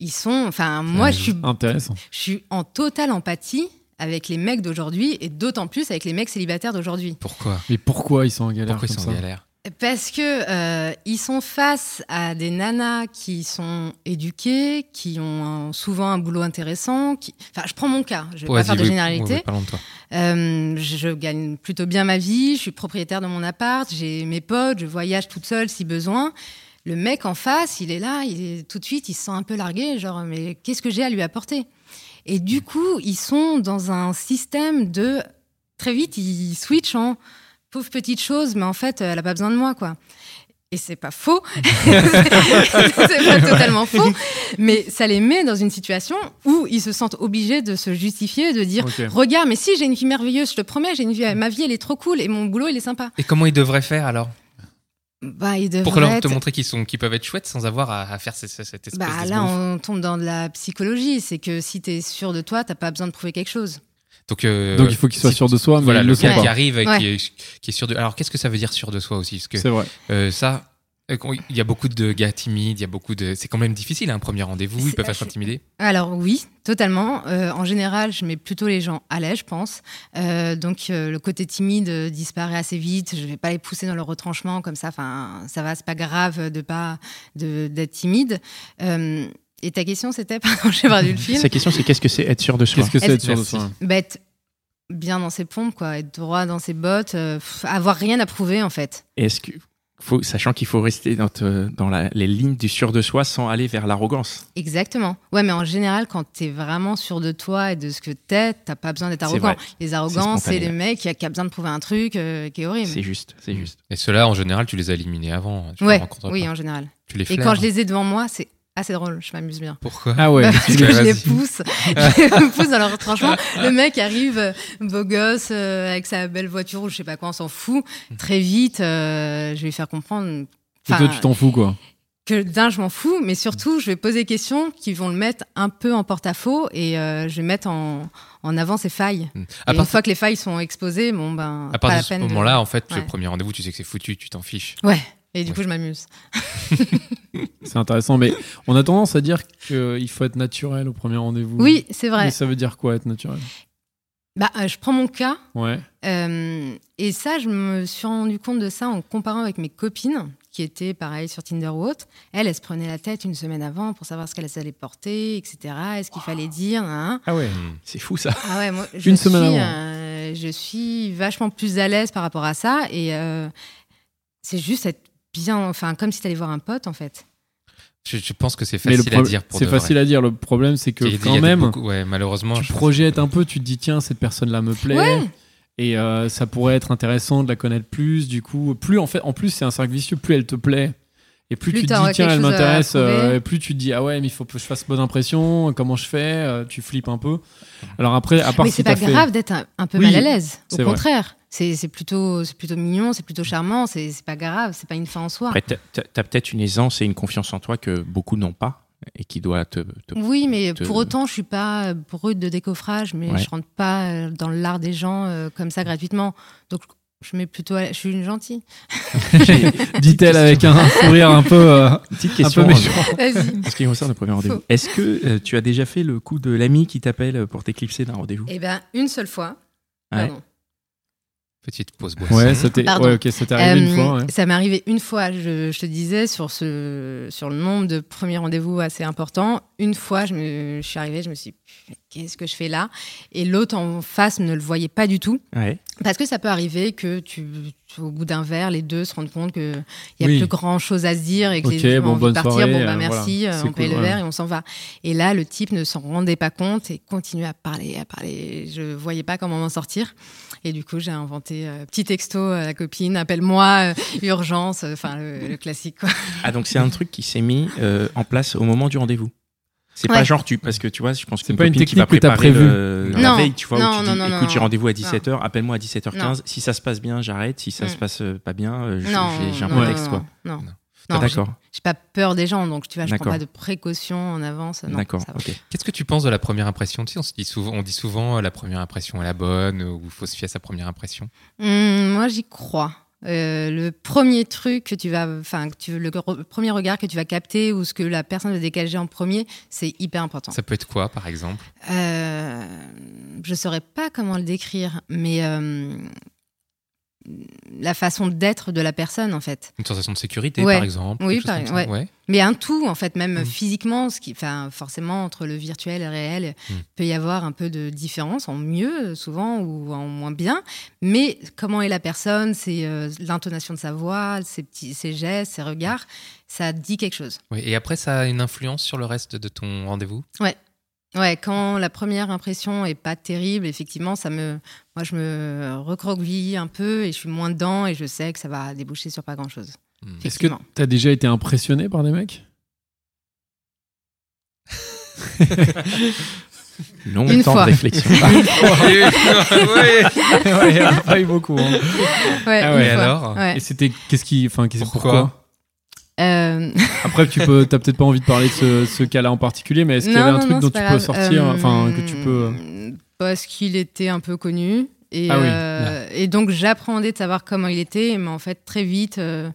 Speaker 3: Ils sont, enfin, moi, je suis
Speaker 4: Intéressant.
Speaker 3: Je suis en totale empathie avec les mecs d'aujourd'hui et d'autant plus avec les mecs célibataires d'aujourd'hui.
Speaker 2: Pourquoi
Speaker 4: Mais pourquoi ils sont en galère
Speaker 2: Pourquoi ils
Speaker 4: comme
Speaker 2: sont
Speaker 4: ça
Speaker 2: en galère
Speaker 3: Parce que euh, ils sont face à des nanas qui sont éduquées, qui ont un- souvent un boulot intéressant. Qui... Enfin, je prends mon cas, je vais pas
Speaker 2: Vas-y,
Speaker 3: faire de
Speaker 2: oui,
Speaker 3: généralité.
Speaker 2: oui,
Speaker 4: bah,
Speaker 2: oui, parlons de toi.
Speaker 3: Euh, je, je gagne plutôt bien ma vie, je suis propriétaire de mon appart, j'ai mes potes, je voyage toute seule si besoin. Le mec en face, il est là, il est, tout de suite, il se sent un peu largué, genre, mais qu'est-ce que j'ai à lui apporter Et du coup, ils sont dans un système de. Très vite, ils switchent en pauvre petite chose, mais en fait, elle n'a pas besoin de moi, quoi. Et c'est pas faux, c'est pas totalement faux, mais ça les met dans une situation où ils se sentent obligés de se justifier, de dire
Speaker 4: Ok.
Speaker 3: Regarde, mais si j'ai une vie merveilleuse, je te promets, j'ai une vie, ma vie elle est trop cool et mon boulot il est sympa.
Speaker 2: Et comment ils devraient faire alors
Speaker 3: Bah, il
Speaker 2: Pour
Speaker 3: devrait
Speaker 2: leur te
Speaker 3: être-
Speaker 2: montrer qu'ils sont, qu'ils peuvent être chouettes sans avoir à, à faire ce- ce- cette espèce
Speaker 3: Bah
Speaker 2: de
Speaker 3: là,
Speaker 2: bouffe.
Speaker 3: on tombe dans de la psychologie. C'est que si t'es sûr de toi, t'as pas besoin de prouver quelque chose.
Speaker 2: Donc, euh,
Speaker 4: Donc il faut qu'ils soient
Speaker 2: si-
Speaker 4: sûrs de soi, mais
Speaker 2: Voilà,
Speaker 4: ils
Speaker 2: le
Speaker 4: le sont
Speaker 2: gars qui
Speaker 4: pas.
Speaker 2: arrive et
Speaker 3: Ouais.
Speaker 2: qui, est, qui est sûr de. Alors qu'est-ce que ça veut dire sûr de soi aussi Parce que
Speaker 4: C'est vrai.
Speaker 2: euh, ça, euh, qu'on- il y a beaucoup de gars timides, il y a beaucoup de. C'est quand même difficile un premier rendez-vous. Ils
Speaker 3: C'est-
Speaker 2: peuvent être intimidés.
Speaker 3: Alors oui, totalement. Euh, en général, je mets plutôt les gens à l'aise, je pense. Euh, donc euh, le côté timide euh, disparaît assez vite. Je vais pas les pousser dans leur retranchement comme ça. Enfin, ça va, c'est pas grave de pas de- d'être timide. Euh, et ta question, c'était pardon, j'ai perdu le fil.
Speaker 1: Sa question, c'est qu'est-ce que c'est être sûr de soi
Speaker 4: Qu'est-ce que c'est
Speaker 3: Est-ce-
Speaker 4: être sûr de
Speaker 2: Merci.
Speaker 4: soi
Speaker 3: bête bien dans ses pompes, quoi, être droit dans ses bottes, euh, pff, avoir rien à prouver en fait.
Speaker 1: Et Est-ce que faut, sachant qu'il faut rester dans, te- dans la- les lignes du sûr de soi sans aller vers l'arrogance.
Speaker 3: Exactement. Ouais, mais en général, quand t'es vraiment sûr de toi et de ce que t'es, t'as pas besoin d'être
Speaker 1: C'est
Speaker 3: arrogant.
Speaker 1: vrai.
Speaker 3: Les arrogants,
Speaker 1: C'est spontané.
Speaker 3: c'est les mecs qui a, qui a besoin de prouver un truc euh, qui est
Speaker 1: C'est
Speaker 3: horrible.
Speaker 1: juste, c'est juste.
Speaker 2: Et ceux-là, en général, tu les as éliminés avant. hein. Tu les
Speaker 3: Ouais,
Speaker 2: rencontres
Speaker 3: oui,
Speaker 2: pas.
Speaker 3: en général.
Speaker 2: Tu les
Speaker 3: Et
Speaker 2: flaires.
Speaker 3: quand je les ai devant moi, c'est assez drôle, je m'amuse bien.
Speaker 2: Pourquoi
Speaker 4: Ah ouais.
Speaker 3: Bah, parce
Speaker 2: tu
Speaker 3: que
Speaker 2: les-
Speaker 3: je
Speaker 2: vas-y.
Speaker 3: les pousse, je les pousse dans leur retranchement. Le mec arrive, euh, beau gosse, euh, avec sa belle voiture ou je sais pas quoi, on s'en fout. Très vite, euh, je vais lui faire comprendre.
Speaker 4: Et toi,
Speaker 3: enfin,
Speaker 4: tu t'en fous quoi.
Speaker 3: que d'un, je m'en fous, mais surtout, je vais poser des questions qui vont le mettre un peu en porte-à-faux et euh, je vais mettre en, en avant ses failles.
Speaker 2: À
Speaker 3: Et
Speaker 2: part,
Speaker 3: une fois que les failles sont exposées, bon, ben,
Speaker 2: à
Speaker 3: pas
Speaker 2: part
Speaker 3: la
Speaker 2: de ce
Speaker 3: peine. de-
Speaker 2: moment-là, en fait, le
Speaker 3: Ouais.
Speaker 2: premier rendez-vous, tu sais que c'est foutu, tu t'en fiches.
Speaker 3: Ouais. Et du coup, je m'amuse.
Speaker 4: C'est intéressant, mais on a tendance à dire qu'il faut être naturel au premier rendez-vous.
Speaker 3: Oui, c'est
Speaker 4: Mais
Speaker 3: vrai.
Speaker 4: ça veut dire quoi être naturel
Speaker 3: Bah, euh, je prends mon cas.
Speaker 4: Ouais.
Speaker 3: euh, et ça, je me suis rendu compte de ça en comparant avec mes copines qui étaient pareil sur Tinder ou autre. Elles, elles se prenaient la tête une semaine avant pour savoir ce qu'elles allaient porter, etc. Est-ce qu'il fallait dire hein.
Speaker 4: Ah ouais.
Speaker 1: C'est fou ça.
Speaker 3: Ah ouais, moi, je
Speaker 4: Une semaine
Speaker 3: suis,
Speaker 4: avant.
Speaker 3: euh, je suis vachement plus à l'aise par rapport à ça. Et euh, c'est juste être bien, enfin, comme si t'allais voir un pote, en fait.
Speaker 2: Je, je pense que c'est
Speaker 4: Mais le
Speaker 2: facile à
Speaker 4: pro-
Speaker 2: dire pour
Speaker 4: C'est
Speaker 2: de vrai.
Speaker 4: facile à dire. Le problème, c'est
Speaker 2: Il y a-
Speaker 4: que
Speaker 2: il y a
Speaker 4: quand
Speaker 2: des
Speaker 4: même,
Speaker 2: beaucoup- ouais, malheureusement,
Speaker 4: tu
Speaker 2: je pense-
Speaker 4: projettes un peu. Tu te dis tiens, cette personne-là me plaît.
Speaker 3: Ouais.
Speaker 4: Et euh, ça pourrait être intéressant de la connaître plus. Du coup, plus en fait, en plus, c'est un cercle vicieux. Plus elle te plaît. Et plus,
Speaker 3: Plus
Speaker 4: tu te
Speaker 3: t'auras
Speaker 4: dis, tiens,
Speaker 3: quelque
Speaker 4: elle
Speaker 3: chose à
Speaker 4: m'intéresse,
Speaker 3: trouver.
Speaker 4: euh, et plus tu te dis, ah ouais, mais il faut que je fasse bonne impression, comment je fais, euh, tu flippes un peu. Alors après, à part
Speaker 3: Mais
Speaker 4: si
Speaker 3: c'est pas
Speaker 4: t'as fait-
Speaker 3: grave d'être un, un peu
Speaker 4: Oui,
Speaker 3: mal à l'aise. Au
Speaker 4: c'est vrai.
Speaker 3: contraire, c'est c'est plutôt, c'est plutôt mignon, c'est plutôt charmant, c'est c'est pas grave, c'est pas une fin en soi.
Speaker 1: Après, t'as- t'as t'as peut-être une aisance et une confiance en toi que beaucoup n'ont pas et qui doit te. te-
Speaker 3: Oui, mais
Speaker 1: te-
Speaker 3: pour autant, je suis pas euh, brute de décoffrage, mais
Speaker 1: Ouais.
Speaker 3: je rentre pas euh, dans l'art des gens euh, comme ça gratuitement. Donc je mets plutôt, à- je suis une gentille.
Speaker 4: Dit-elle avec un sourire un peu, euh,
Speaker 1: Petite
Speaker 4: un
Speaker 1: question.
Speaker 4: peu
Speaker 1: euh,
Speaker 4: méchant.
Speaker 3: Vas-y.
Speaker 1: en ce qui concerne le premier rendez-vous. Est-ce que euh, tu as déjà fait le coup de l'ami qui t'appelle pour t'éclipser d'un rendez-vous
Speaker 3: Eh ben une seule fois.
Speaker 1: Ouais.
Speaker 3: Pardon.
Speaker 2: Petite pause boisson.
Speaker 4: Ouais, ça t'est
Speaker 3: Pardon.
Speaker 4: ouais, ok, ça t'est arrivé
Speaker 3: Euh,
Speaker 4: une fois. ouais.
Speaker 3: Ça m'est arrivé une fois, je, je te disais, sur, ce, sur le nombre de premiers rendez-vous assez important. Une fois, je, me, je suis arrivée, je me suis dit, qu'est-ce que je fais là Et l'autre en face ne le voyait pas du tout.
Speaker 1: Ouais.
Speaker 3: Parce que ça peut arriver que, tu, tu- au bout d'un verre, les deux se rendent compte qu'il n'y a
Speaker 4: Oui.
Speaker 3: plus grand-chose à se dire et que
Speaker 4: Ok,
Speaker 3: les deux
Speaker 4: bon,
Speaker 3: ont envie de
Speaker 4: bonne
Speaker 3: partir.
Speaker 4: soirée,
Speaker 3: bon, bah
Speaker 4: euh,
Speaker 3: merci,
Speaker 4: voilà,
Speaker 3: euh,
Speaker 4: c'est
Speaker 3: on paye
Speaker 4: cool,
Speaker 3: le
Speaker 4: ouais.
Speaker 3: verre et on s'en va. Et là, le type ne s'en rendait pas compte et continuait à parler, à parler. Je ne voyais pas comment m'en sortir. Et du coup, j'ai inventé euh, petit texto à la copine, appelle-moi, euh, urgence, euh, enfin le, le classique. Quoi.
Speaker 1: Ah, donc c'est un truc qui s'est mis euh, en place au moment du rendez-vous. C'est
Speaker 3: Ouais.
Speaker 1: pas genre tu. Parce que tu vois, je pense
Speaker 4: C'est
Speaker 1: qu'une
Speaker 4: pas une
Speaker 1: copine qui va
Speaker 4: technique que t'as
Speaker 1: préparer
Speaker 4: prévue.
Speaker 1: le- la
Speaker 3: Non.
Speaker 1: veille, tu vois, où
Speaker 3: Non,
Speaker 1: tu
Speaker 3: non,
Speaker 1: dis
Speaker 3: non,
Speaker 1: écoute, j'ai
Speaker 3: non.
Speaker 1: rendez-vous à 17h, appelle-moi à 17h15. Si ça se passe bien, j'arrête. Si ça
Speaker 3: Mm.
Speaker 1: se passe euh, pas bien, euh, je-
Speaker 3: Non,
Speaker 1: j'ai j'ai un
Speaker 3: non,
Speaker 1: prétexte,
Speaker 3: non,
Speaker 1: quoi.
Speaker 3: non, non.
Speaker 2: Non.
Speaker 1: Ah,
Speaker 3: Non, j'ai
Speaker 1: D'accord,
Speaker 3: j'ai pas peur des gens, donc tu vois, je prends
Speaker 1: D'accord.
Speaker 3: pas de précautions en avance. Non,
Speaker 1: d'accord,
Speaker 3: ça va.
Speaker 1: ok.
Speaker 2: Qu'est-ce que tu penses de la première impression Tu sais, on, se dit souvent, on dit souvent euh, la première impression est la bonne euh, ou il faut se fier à sa première impression.
Speaker 3: Hum, moi, j'y crois. Euh, le premier truc que tu vas, enfin, que tu, le re- premier regard que tu vas capter ou ce que la personne va dégager en premier, c'est hyper important.
Speaker 2: Ça peut être quoi, par exemple
Speaker 3: Euh, je saurais pas comment le décrire, mais euh, la façon d'être de la personne, en fait.
Speaker 2: Une sensation de sécurité,
Speaker 3: Ouais.
Speaker 2: par exemple
Speaker 3: Oui,
Speaker 2: quelque chose
Speaker 3: par-
Speaker 2: comme ça
Speaker 3: ouais.
Speaker 2: Ouais.
Speaker 3: Mais un tout, en fait, même
Speaker 2: Mhm.
Speaker 3: physiquement, ce qui, enfin, forcément, entre le virtuel et le réel,
Speaker 2: Mhm.
Speaker 3: peut y avoir un peu de différence, en mieux souvent ou en moins bien. Mais comment est la personne, c'est euh, l'intonation de sa voix, ses petits, ses gestes, ses regards, ça dit quelque chose.
Speaker 2: Ouais, Et après, ça a une influence sur le reste de ton rendez-vous
Speaker 3: Ouais, quand la première impression est pas terrible, effectivement, ça me, moi, je me recroqueville un peu et je suis moins dedans et je sais que ça va déboucher sur pas grand chose.
Speaker 2: Hmm.
Speaker 4: Est-ce que
Speaker 3: Effectivement.
Speaker 4: t'as déjà été impressionné par des mecs
Speaker 1: Long
Speaker 3: Une
Speaker 1: temps
Speaker 3: fois.
Speaker 1: de réflexion.
Speaker 2: Ouais.
Speaker 4: Ouais, il y en a pas eu beaucoup. hein.
Speaker 3: Ouais,
Speaker 4: Ah
Speaker 3: une
Speaker 4: ouais,
Speaker 2: Et
Speaker 3: fois.
Speaker 2: alors
Speaker 3: Ouais.
Speaker 4: Et c'était qu'est-ce qui, enfin, qu'est-ce
Speaker 2: Pourquoi
Speaker 3: Euh,
Speaker 4: Après, tu peux, t'as peut-être pas envie de parler de ce, ce cas-là en particulier, mais est-ce qu'il y
Speaker 3: Non,
Speaker 4: avait un
Speaker 3: non,
Speaker 4: truc
Speaker 3: non,
Speaker 4: dont
Speaker 3: c'est
Speaker 4: tu
Speaker 3: pas
Speaker 4: peux
Speaker 3: grave.
Speaker 4: sortir,
Speaker 3: Euh,
Speaker 4: enfin, que tu peux. euh
Speaker 3: Parce qu'il était un peu connu. Et,
Speaker 4: Ah oui,
Speaker 3: euh, et donc j'appréhendais de savoir comment il était, mais en fait très vite, euh,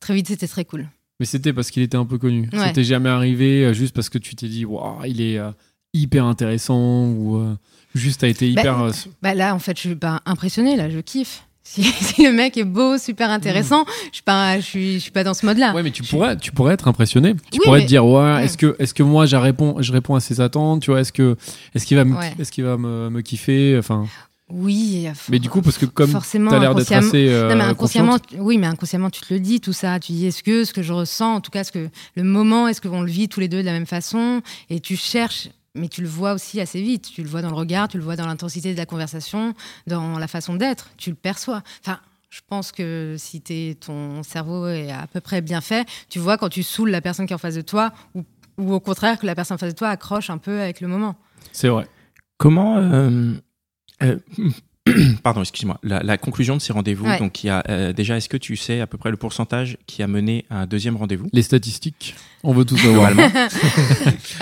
Speaker 3: très vite c'était très cool.
Speaker 4: Mais c'était parce qu'il était un peu connu.
Speaker 3: Ouais.
Speaker 4: C'était jamais arrivé euh, juste parce que tu t'es dit, waouh, il est euh, hyper intéressant ou euh, juste a été
Speaker 3: Bah,
Speaker 4: hyper. euh,
Speaker 3: Bah là en fait je suis pas impressionnée, là je kiffe. Si, si le mec est beau, super intéressant, je suis pas, je suis, je suis pas dans ce mode là.
Speaker 4: Ouais, mais tu pourrais, tu pourrais être impressionné. Tu
Speaker 3: Oui,
Speaker 4: pourrais
Speaker 3: mais-
Speaker 4: te dire, ouais,
Speaker 3: Ouais.
Speaker 4: est-ce que, est-ce que moi, je réponds, je réponds à ses attentes, tu vois, est-ce que, est-ce qu'il va me,
Speaker 3: Ouais.
Speaker 4: est-ce qu'il va me, me kiffer, enfin.
Speaker 3: Oui. et for-
Speaker 4: Mais du coup, parce que comme
Speaker 3: forcément
Speaker 4: t'as l'air d'être
Speaker 3: inconsciemment-
Speaker 4: assez. euh,
Speaker 3: Non, mais inconsciemment,
Speaker 4: confiante,
Speaker 3: tu- oui, mais inconsciemment, tu te le dis tout ça. Tu dis est-ce que ce que je ressens, en tout cas, ce que le moment, est-ce qu'on le vit tous les deux de la même façon Et tu cherches, mais tu le vois aussi assez vite. Tu le vois dans le regard, tu le vois dans l'intensité de la conversation, dans la façon d'être. Tu le perçois. Enfin, je pense que si t'es- ton cerveau est à peu près bien fait, tu vois quand tu saoules la personne qui est en face de toi ou, ou au contraire que la personne en face de toi accroche un peu avec le moment.
Speaker 4: c'est vrai.
Speaker 1: Comment. euh, euh, pardon, excuse-moi. La, la conclusion de ces rendez-vous,
Speaker 3: Ouais.
Speaker 1: donc il y a, euh, déjà, est-ce que tu sais à peu près le pourcentage qui a mené à un deuxième rendez-vous
Speaker 4: Les statistiques, on veut tout savoir.
Speaker 1: Globalement.
Speaker 3: Ah,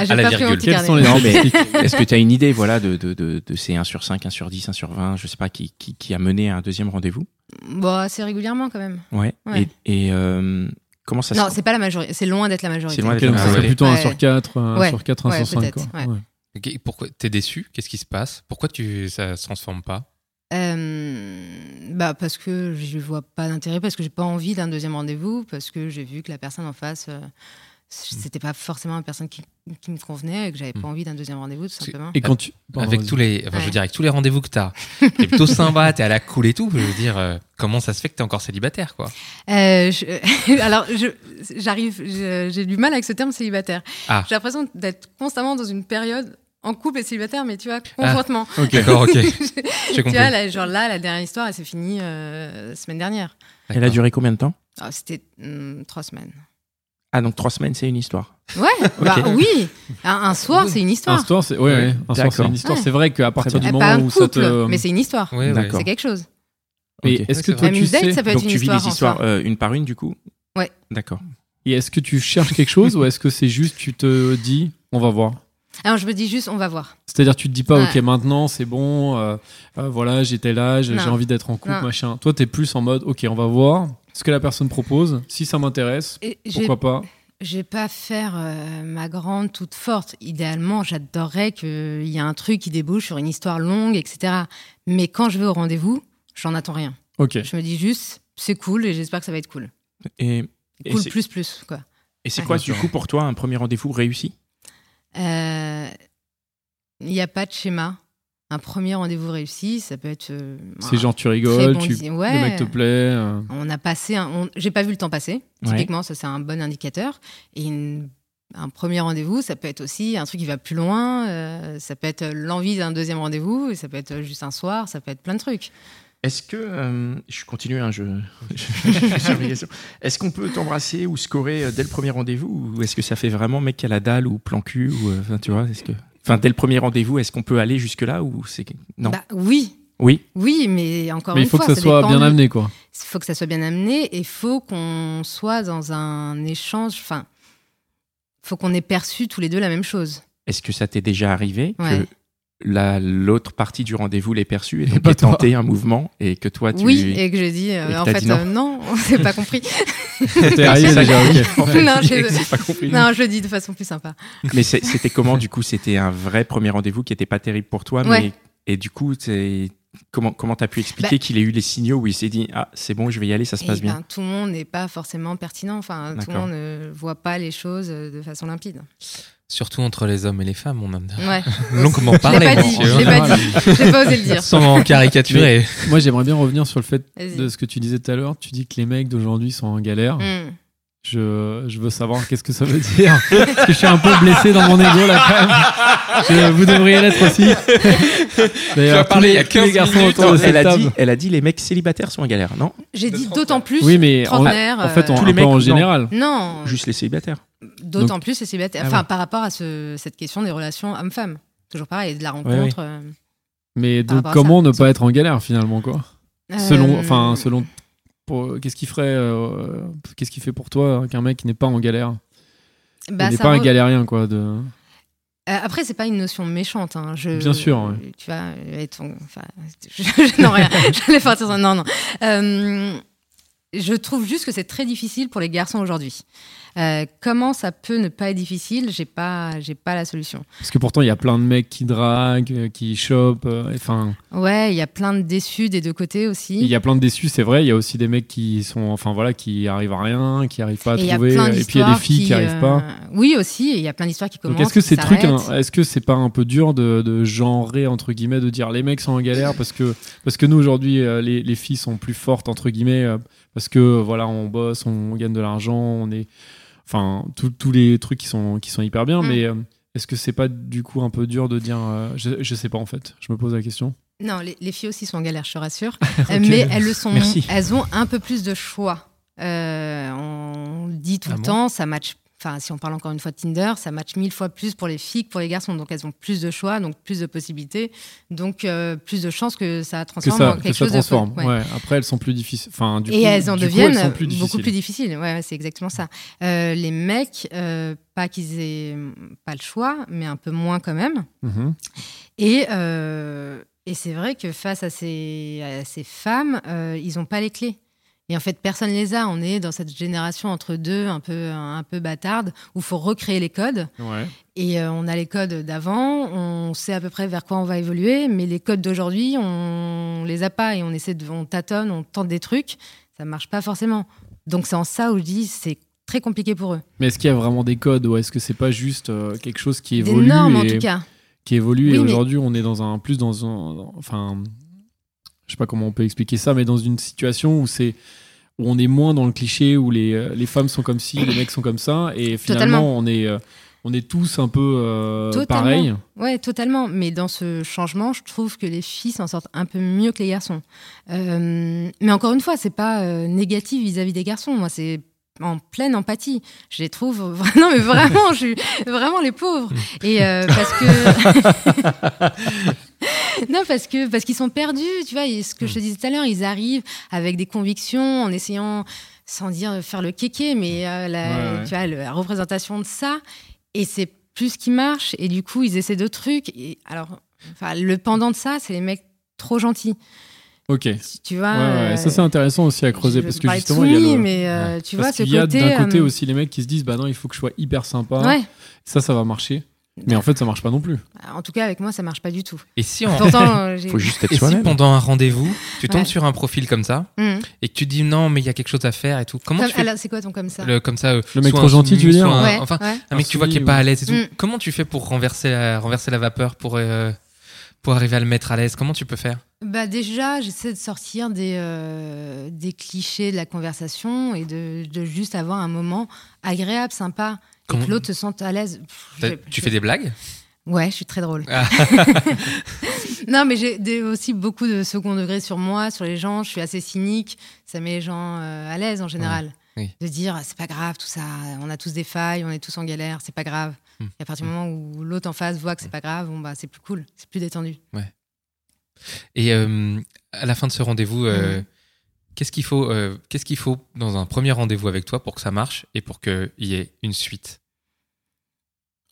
Speaker 3: j'ai
Speaker 2: À la
Speaker 3: pas pris mon
Speaker 2: virgule.
Speaker 3: petit
Speaker 4: Quelles
Speaker 3: carnet.
Speaker 4: sont les
Speaker 1: Non, mais-
Speaker 4: statistiques
Speaker 1: Est-ce que tu as une idée voilà, de, de, de, de ces 1 sur 5, 1 sur 10, 1 sur 20, je sais pas, qui, qui, qui a mené à un deuxième rendez-vous
Speaker 3: Bon, Bah, assez régulièrement quand même.
Speaker 1: Ouais.
Speaker 3: Ouais.
Speaker 1: Et, et, euh, comment ça
Speaker 3: non,
Speaker 1: se.
Speaker 3: c'est pas la majorité. C'est loin d'être la majorité.
Speaker 1: C'est loin
Speaker 4: Ok,
Speaker 1: d'être
Speaker 4: donc
Speaker 1: la
Speaker 4: ça serait
Speaker 1: majorité.
Speaker 4: plutôt un
Speaker 3: Ouais.
Speaker 4: sur 4, un
Speaker 3: Ouais.
Speaker 4: sur 4, un
Speaker 3: Ouais,
Speaker 4: sur 5.
Speaker 3: peut-être,
Speaker 4: Quoi.
Speaker 3: ouais.
Speaker 4: Ouais.
Speaker 2: Ok, Pourquoi T'es déçu Qu'est-ce qui se passe Pourquoi tu ça se transforme pas
Speaker 3: Euh, bah parce que je vois pas d'intérêt, parce que j'ai pas envie d'un deuxième rendez-vous, parce que j'ai vu que la personne en face,
Speaker 1: Hmm.
Speaker 3: euh, c'était pas forcément une personne qui, qui me convenait et que j'avais
Speaker 1: Hmm.
Speaker 3: pas envie d'un deuxième rendez-vous, tout
Speaker 2: C'est-
Speaker 3: simplement.
Speaker 4: Et quand tu. Pardon,
Speaker 2: Avec
Speaker 4: vas-y.
Speaker 2: tous les, enfin, je
Speaker 3: Ouais.
Speaker 2: veux dire, avec tous les rendez-vous que t'as, t'es plutôt sympa, t'es à la cool et tout. Je veux dire, euh, comment ça se fait que t'es encore célibataire, quoi
Speaker 3: Euh, je- alors, je- j'arrive, je- j'ai du mal avec ce terme célibataire.
Speaker 2: Ah.
Speaker 3: J'ai l'impression d'être constamment dans une période en couple et célibataire, mais tu vois,
Speaker 1: Ah.
Speaker 3: conjointement.
Speaker 4: Ok.
Speaker 2: D'accord, ok. J'ai
Speaker 3: tu
Speaker 2: compris.
Speaker 3: vois, là, genre là, la dernière histoire, elle s'est finie euh, semaine dernière.
Speaker 1: Elle a duré combien de temps
Speaker 3: Ah, c'était hum, trois semaines.
Speaker 1: Ah, donc trois semaines, c'est une histoire.
Speaker 3: Ouais, bah oui. Un, un soir, c'est une
Speaker 4: Un
Speaker 3: histoire.
Speaker 4: soir, c'est ouais, ouais, un soir, c'est
Speaker 1: D'accord.
Speaker 4: une histoire.
Speaker 3: Ouais.
Speaker 4: C'est vrai qu'à partir
Speaker 1: Très
Speaker 4: du
Speaker 3: Ah. Eh,
Speaker 4: moment
Speaker 3: pas un
Speaker 4: où ça
Speaker 3: couple,
Speaker 4: te.
Speaker 3: mais c'est une histoire.
Speaker 2: Ouais, ouais.
Speaker 1: D'accord.
Speaker 3: C'est quelque chose.
Speaker 4: Et
Speaker 1: Ok.
Speaker 4: est-ce que
Speaker 2: Ouais,
Speaker 4: toi
Speaker 3: Même
Speaker 4: tu
Speaker 3: une date,
Speaker 4: sais
Speaker 3: ça peut être
Speaker 1: Donc
Speaker 3: une
Speaker 1: tu vis
Speaker 3: histoire.
Speaker 1: les
Speaker 3: en
Speaker 1: histoires
Speaker 3: soi.
Speaker 1: euh, une par une du coup
Speaker 3: Ouais.
Speaker 1: D'accord.
Speaker 4: Et est-ce que tu cherches quelque chose ou est-ce que c'est juste tu te dis on va voir
Speaker 3: Alors je me dis juste, on va voir.
Speaker 4: C'est-à-dire tu te dis pas
Speaker 3: Ouais.
Speaker 4: ok maintenant c'est bon euh, euh, voilà j'étais là j'ai
Speaker 3: Non.
Speaker 4: j'ai envie d'être en couple
Speaker 3: Non.
Speaker 4: machin. Toi t'es plus en mode ok on va voir ce que la personne propose si ça m'intéresse
Speaker 3: Et j'ai-
Speaker 4: pourquoi pas
Speaker 3: Je vais pas faire euh, ma grande toute forte. Idéalement, j'adorerais qu'il y ait un truc qui débouche sur une histoire longue, etc. Mais quand je vais au rendez-vous, j'en attends rien.
Speaker 4: ok
Speaker 3: Je me dis juste, c'est cool et j'espère que ça va être cool.
Speaker 1: Et, et
Speaker 3: Cool
Speaker 1: c'est-
Speaker 3: plus plus, quoi.
Speaker 1: et c'est quoi du coup pour toi un premier rendez-vous réussi
Speaker 3: Euh, Il n'y a pas de schéma. Un premier rendez-vous réussi, ça peut être. euh,
Speaker 4: c'est
Speaker 3: un-
Speaker 4: genre tu rigoles
Speaker 3: bon
Speaker 4: tu
Speaker 3: dis-
Speaker 4: le
Speaker 3: ouais.
Speaker 4: mec te plaît euh,
Speaker 3: On a passé. un- on- J'ai pas vu le temps passer.
Speaker 1: Ouais.
Speaker 3: Typiquement, ça c'est un bon indicateur. Et une- un premier rendez-vous, ça peut être aussi un truc qui va plus loin. euh, ça peut être l'envie d'un deuxième rendez-vous. Et ça peut être juste un soir. Ça peut être plein de trucs.
Speaker 1: Est-ce que euh, je continue hein, je, je- je suis sur les questions. Est-ce qu'on peut t'embrasser ou scorer euh, dès le premier rendez-vous ou est-ce que ça fait vraiment mec à la dalle ou plan cul ou euh, enfin, tu vois est-ce que enfin dès le premier rendez-vous est-ce qu'on peut aller jusque là ou c'est non
Speaker 3: Bah oui.
Speaker 1: oui
Speaker 3: Oui, mais encore
Speaker 4: mais
Speaker 3: une
Speaker 4: il faut
Speaker 3: fois,
Speaker 4: que ça soit
Speaker 3: dépend
Speaker 4: bien
Speaker 3: du-
Speaker 4: amené quoi
Speaker 3: Il faut que ça soit bien amené et faut qu'on soit dans un échange. Enfin, faut qu'on ait perçu tous les deux la même chose.
Speaker 1: est-ce que ça t'est déjà arrivé
Speaker 3: Ouais.
Speaker 1: que la l'autre partie du rendez-vous l'ait perçue et
Speaker 4: Et
Speaker 1: donc
Speaker 4: pas
Speaker 1: t'aies
Speaker 4: toi.
Speaker 1: tenté un mouvement et que toi Ah, tu
Speaker 3: Oui, et que j'ai dit, euh,
Speaker 1: et que
Speaker 3: en
Speaker 1: t'as
Speaker 3: fait,
Speaker 1: dit non.
Speaker 3: euh, non, on s'est pas compris.
Speaker 4: t'es arrivé déjà ok
Speaker 3: non, je...
Speaker 4: pas compris
Speaker 3: non, je le dis de façon plus sympa.
Speaker 1: Mais c'est- c'était comment du coup C'était un vrai premier rendez-vous qui n'était pas terrible pour toi, mais
Speaker 3: Ouais.
Speaker 1: et du coup, c'est- comment comment t'as pu expliquer qu'il ait eu les signaux où il s'est dit ah c'est bon, je vais y aller, ça se
Speaker 3: Et
Speaker 1: passe bien.
Speaker 3: ben, tout le monde n'est pas forcément pertinent. Enfin, tout le
Speaker 1: D'accord.
Speaker 3: monde ne voit pas les choses euh, de façon limpide.
Speaker 2: Surtout entre les hommes et les femmes, on a
Speaker 4: Ah.
Speaker 3: Ouais.
Speaker 2: longuement
Speaker 3: Je l'ai
Speaker 2: parlé.
Speaker 3: pas dit. Je l'ai pas dit. J'ai pas osé le dire.
Speaker 2: Sans m'en caricaturer.
Speaker 4: moi j'aimerais bien revenir sur le fait
Speaker 3: Vas-y.
Speaker 4: de ce que tu disais tout à l'heure tu dis que les mecs d'aujourd'hui sont en galère
Speaker 3: Hmm.
Speaker 4: Je, je veux savoir qu'est-ce que ça veut dire. Parce que je suis un peu blessé dans mon ego là quand même. Je- vous devriez l'être aussi.
Speaker 2: Tu as
Speaker 4: D'ailleurs, tous
Speaker 2: parlé il y
Speaker 4: les,
Speaker 2: a
Speaker 4: tous les
Speaker 2: 15
Speaker 4: garçons
Speaker 2: minutes,
Speaker 4: autour de cette
Speaker 1: hein. elle a
Speaker 4: table.
Speaker 1: dit elle a dit les mecs célibataires sont en galère, non
Speaker 3: J'ai
Speaker 2: De
Speaker 3: dit
Speaker 2: trente-
Speaker 3: d'autant plus.
Speaker 4: Oui, mais en,
Speaker 3: trentenaire,
Speaker 4: en fait,
Speaker 3: euh,
Speaker 4: en,
Speaker 1: Tous
Speaker 4: un
Speaker 1: les
Speaker 4: peu
Speaker 1: mecs,
Speaker 4: en
Speaker 1: non.
Speaker 4: général.
Speaker 3: Non,
Speaker 1: Juste les célibataires.
Speaker 3: d'autant plus les célibataires.
Speaker 4: Ah
Speaker 3: Enfin,
Speaker 4: ouais.
Speaker 3: par rapport à ce- cette question des relations hommes-femmes. Toujours pareil, de la rencontre.
Speaker 1: Ouais, ouais.
Speaker 3: euh,
Speaker 4: Mais
Speaker 3: Par
Speaker 4: donc,
Speaker 3: rapport à
Speaker 4: comment
Speaker 3: ça.
Speaker 4: ne pas être en galère finalement quoi Selon,
Speaker 3: euh,
Speaker 4: enfin, selon, pour- qu'est-ce qui ferait, euh, qu'est-ce qui fait pour toi qu'un mec n'est pas en galère
Speaker 3: bah,
Speaker 4: Il n'est
Speaker 3: ça
Speaker 4: pas un
Speaker 3: re-
Speaker 4: galérien quoi. De...
Speaker 3: Euh, Après, c'est pas une notion méchante. hein. Je,
Speaker 4: Bien sûr, ouais.
Speaker 3: Tu vas être. Enfin, je, je- non, rien. J'allais partir sur- Non, non. Euh, je trouve juste que c'est très difficile pour les garçons aujourd'hui. Euh, comment ça peut ne pas être difficile J'ai pas, j'ai pas la solution.
Speaker 4: Parce que pourtant, il y a plein de mecs qui draguent, euh, qui chopent. euh, et Enfin,
Speaker 3: Ouais, il y a plein de déçus des deux côtés aussi.
Speaker 4: Il y a plein de déçus, c'est vrai. Il y a aussi des mecs qui sont, enfin voilà, qui arrivent à rien, qui arrivent pas à
Speaker 3: Et il y a
Speaker 4: trouver.
Speaker 3: plein
Speaker 4: et puis il y a des
Speaker 3: d'histoires
Speaker 4: filles qui, arrivent
Speaker 3: euh,
Speaker 4: pas.
Speaker 3: Oui, aussi. et Il y a plein d'histoires qui commencent.
Speaker 4: Donc est-ce que
Speaker 3: qui
Speaker 4: ces trucs,
Speaker 3: s'arrêtent.
Speaker 4: hein, est-ce que c'est pas un peu dur de, de genrer entre guillemets, de dire les mecs sont en galère parce que parce que nous aujourd'hui euh, les, les filles sont plus fortes entre guillemets euh, parce que euh, voilà on bosse, on gagne de l'argent, on est, enfin tout- tous les trucs qui sont qui sont hyper bien,
Speaker 3: Mm.
Speaker 4: mais euh, est-ce que c'est pas du coup un peu dur de dire, euh, je, je sais pas en fait, je me pose la question.
Speaker 3: Non, les, les filles aussi sont en galère, je te rassure. Euh, Mais elles le sont.
Speaker 1: Merci.
Speaker 3: Elles ont un peu plus de choix. Euh, on le dit tout
Speaker 2: Ah
Speaker 3: le
Speaker 2: bon
Speaker 3: temps, ça match. Enfin, si on parle encore une fois de Tinder, ça match mille fois plus pour les filles que pour les garçons. Donc elles ont plus de choix, donc plus de possibilités, donc euh, plus de chances que ça
Speaker 4: que
Speaker 3: transforme en
Speaker 4: ça,
Speaker 3: quelque
Speaker 4: que ça
Speaker 3: chose
Speaker 4: transforme.
Speaker 3: de po- ouais.
Speaker 4: Ouais, Après, elles sont plus difficiles. Enfin, du
Speaker 3: Et
Speaker 4: coup,
Speaker 3: elles en
Speaker 4: du coup,
Speaker 3: deviennent
Speaker 4: elles sont plus
Speaker 3: beaucoup
Speaker 4: difficiles.
Speaker 3: plus difficiles. Ouais, ouais, c'est exactement ça. Euh, les mecs, euh, pas qu'ils aient pas le choix, mais un peu moins quand même.
Speaker 4: Mhm.
Speaker 3: Et, euh, et c'est vrai que face à ces, à ces femmes, euh, ils n'ont pas les clés. Et en fait, personne les a. On est dans cette génération entre deux, un peu, un peu bâtarde, où il faut recréer les codes.
Speaker 4: Ouais.
Speaker 3: Et euh, on a les codes d'avant, on sait à peu près vers quoi on va évoluer, mais les codes d'aujourd'hui, on les a pas et on essaie de, on tâtonne, on tente des trucs, ça marche pas forcément. Donc c'est en ça où je dis c'est très compliqué pour eux.
Speaker 4: Mais est-ce qu'il y a vraiment des codes ou est-ce que c'est pas juste euh, quelque chose qui
Speaker 3: Des
Speaker 4: évolue
Speaker 3: normes en
Speaker 4: et-
Speaker 3: tout cas.
Speaker 4: Qui évolue
Speaker 3: Oui,
Speaker 4: et
Speaker 3: mais-
Speaker 4: aujourd'hui, on est dans un plus dans un, enfin, je sais pas comment on peut expliquer ça, mais dans une situation où c'est où on est moins dans le cliché où les, euh, les femmes sont comme ci, les mecs sont comme ça et finalement
Speaker 3: Totalement.
Speaker 4: on est euh, on est tous un peu euh,
Speaker 3: Totalement.
Speaker 4: pareil.
Speaker 3: Ouais, totalement. Mais dans ce changement, je trouve que les filles s'en sortent un peu mieux que les garçons. Euh, mais encore une fois, c'est pas euh, négatif vis-à-vis des garçons. Moi, c'est en pleine empathie. Je les trouve vra- non mais vraiment, je suis vraiment les pauvres. Et euh, parce que non parce que parce qu'ils sont perdus, tu vois. et ce que je te disais tout à l'heure, ils arrivent avec des convictions, en essayant sans dire de faire le kéké, mais euh, la,
Speaker 4: Ouais, ouais.
Speaker 3: tu vois, le- la représentation de ça. Et c'est plus ce qui marche. Et du coup, ils essaient de trucs. Et alors, enfin, le pendant de ça, c'est les mecs trop gentils.
Speaker 4: Ok. Ouais,
Speaker 3: Tu- Tu vois.
Speaker 4: ouais,
Speaker 3: euh,
Speaker 4: ça c'est intéressant aussi à creuser
Speaker 3: je
Speaker 4: parce
Speaker 3: veux
Speaker 4: que
Speaker 3: parler de
Speaker 4: justement il y a
Speaker 3: Soumis,
Speaker 4: le-
Speaker 3: mais euh, tu vois
Speaker 4: parce
Speaker 3: ce
Speaker 4: qu'il y a
Speaker 3: côté.
Speaker 4: d'un côté
Speaker 3: euh,
Speaker 4: aussi hein. les mecs qui se disent bah non il faut que je sois hyper sympa
Speaker 3: Ouais. Bah,
Speaker 4: ça ça va marcher mais en fait ça marche pas non plus
Speaker 3: En tout cas, avec moi, ça marche pas du tout.
Speaker 2: Et si, en-
Speaker 3: Pourtant, euh, j'ai.
Speaker 1: Faut juste être
Speaker 2: et si
Speaker 1: soi-même.
Speaker 2: pendant un rendez-vous, tu tombes
Speaker 3: Ouais.
Speaker 2: sur un profil comme ça
Speaker 3: Mmh.
Speaker 2: et que tu dis non, mais il y a quelque chose à faire et tout, comment
Speaker 3: Comme-
Speaker 2: tu fais
Speaker 3: alors, c'est quoi ton comme ça
Speaker 2: le, comme ça euh,
Speaker 4: Le mec
Speaker 2: soit
Speaker 4: trop
Speaker 2: un
Speaker 4: gentil, tu veux
Speaker 2: soumis,
Speaker 4: dire
Speaker 2: soit un-
Speaker 3: Ouais,
Speaker 2: Enfin,
Speaker 3: ouais.
Speaker 2: un mec que tu vois qui est
Speaker 4: Insoumis,
Speaker 2: pas
Speaker 4: ouais.
Speaker 2: à l'aise et tout.
Speaker 3: Mm.
Speaker 2: Comment tu fais pour renverser la, renverser la vapeur, pour, euh, pour arriver à le mettre à l'aise Comment tu peux faire
Speaker 3: Bah déjà, j'essaie de sortir des, euh, des clichés de la conversation et de, de juste avoir un moment agréable, sympa,
Speaker 2: Comment-
Speaker 3: et que l'autre se sente à l'aise. Pff,
Speaker 2: T'as-
Speaker 3: j'ai-
Speaker 2: Tu fais des blagues
Speaker 3: Ouais, je suis très drôle.
Speaker 2: Ah.
Speaker 3: non, mais j'ai des- aussi beaucoup de second degré sur moi, sur les gens. Je suis assez cynique. Ça met les gens euh, à l'aise en général.
Speaker 2: Oui.
Speaker 3: De dire, Ah, c'est pas grave, tout ça. On a tous des failles, on est tous en galère, c'est pas grave.
Speaker 2: Hmm.
Speaker 3: Et à partir du moment où l'autre en face voit que c'est pas grave, bon, bah, c'est plus cool, c'est plus détendu.
Speaker 2: Et euh, à la fin de ce rendez-vous, euh, qu'est-ce qu'il faut, euh, qu'est-ce qu'il faut dans un premier rendez-vous avec toi pour que ça marche et pour qu'il y ait une suite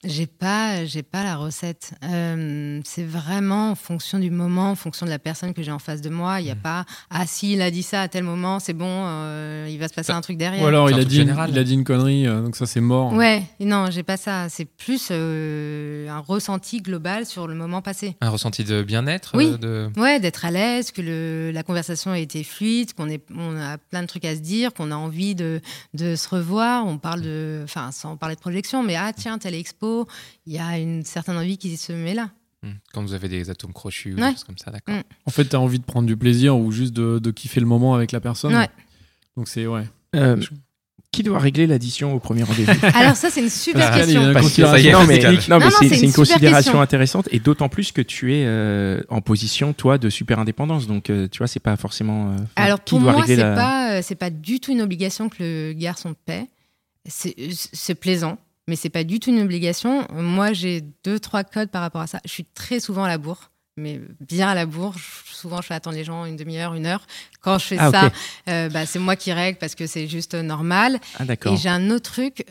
Speaker 3: J'ai pas, j'ai pas la recette. Euh, c'est vraiment en fonction du moment, en fonction de la personne que j'ai en face de moi. Il
Speaker 2: Hmm.
Speaker 3: n'y a pas ah si il a dit ça à tel moment, c'est bon, euh, il va se passer
Speaker 2: Ça-
Speaker 3: un truc derrière.
Speaker 4: ou alors
Speaker 2: C'est un
Speaker 4: il a
Speaker 2: truc
Speaker 4: dit une,
Speaker 2: général.
Speaker 4: il a dit une connerie euh, donc ça c'est mort
Speaker 3: Ouais, non, j'ai pas ça. C'est plus euh, un ressenti global sur le moment passé.
Speaker 2: Un ressenti de bien-être
Speaker 3: Oui.
Speaker 2: euh, de...
Speaker 3: Ouais, d'être à l'aise, que le- la conversation a été fluide, qu'on est- on a plein de trucs à se dire, qu'on a envie de, de se revoir. On parle de, enfin, sans parler de projection, mais ah tiens, telle expo, il y a une certaine envie qui se met là.
Speaker 2: Hmm. Quand vous avez des atomes crochus ou des
Speaker 3: Ouais.
Speaker 2: choses comme ça, d'accord.
Speaker 3: Mm.
Speaker 4: en fait t'as envie de prendre du plaisir ou juste de, de kiffer le moment avec la personne
Speaker 3: Ouais.
Speaker 4: donc c'est ouais
Speaker 1: Euh, qui doit régler l'addition au premier rendez-vous
Speaker 3: Alors ça, c'est une super
Speaker 4: Ah,
Speaker 3: question.
Speaker 4: allez,
Speaker 1: Parce que-
Speaker 4: Ça y est,
Speaker 1: non, mais,
Speaker 2: Pascal.
Speaker 1: non, mais
Speaker 3: Non, non,
Speaker 1: c'est,
Speaker 3: c'est
Speaker 1: c'est
Speaker 3: une
Speaker 1: une
Speaker 3: super
Speaker 1: considération
Speaker 3: question.
Speaker 1: intéressante et d'autant plus que tu es euh, en position, toi, de super indépendance. Donc, euh, tu vois, c'est pas forcément. euh, enfin,
Speaker 3: Alors
Speaker 1: qui
Speaker 3: pour
Speaker 1: doit
Speaker 3: moi,
Speaker 1: régler
Speaker 3: c'est
Speaker 1: la-
Speaker 3: pas euh, c'est pas du tout une obligation que le garçon paie. C'est euh, c'est plaisant, mais c'est pas du tout une obligation. Moi, j'ai deux trois codes par rapport à ça. Je suis très souvent à la bourre, mais bien à la bourre. Je- Souvent, je fais attendre les gens une demi-heure, une heure. Quand je fais
Speaker 1: Ah, ok.
Speaker 3: ça, euh, bah, c'est moi qui règle parce que c'est juste normal.
Speaker 1: Ah,
Speaker 3: Et
Speaker 1: d'accord.
Speaker 3: j'ai un autre truc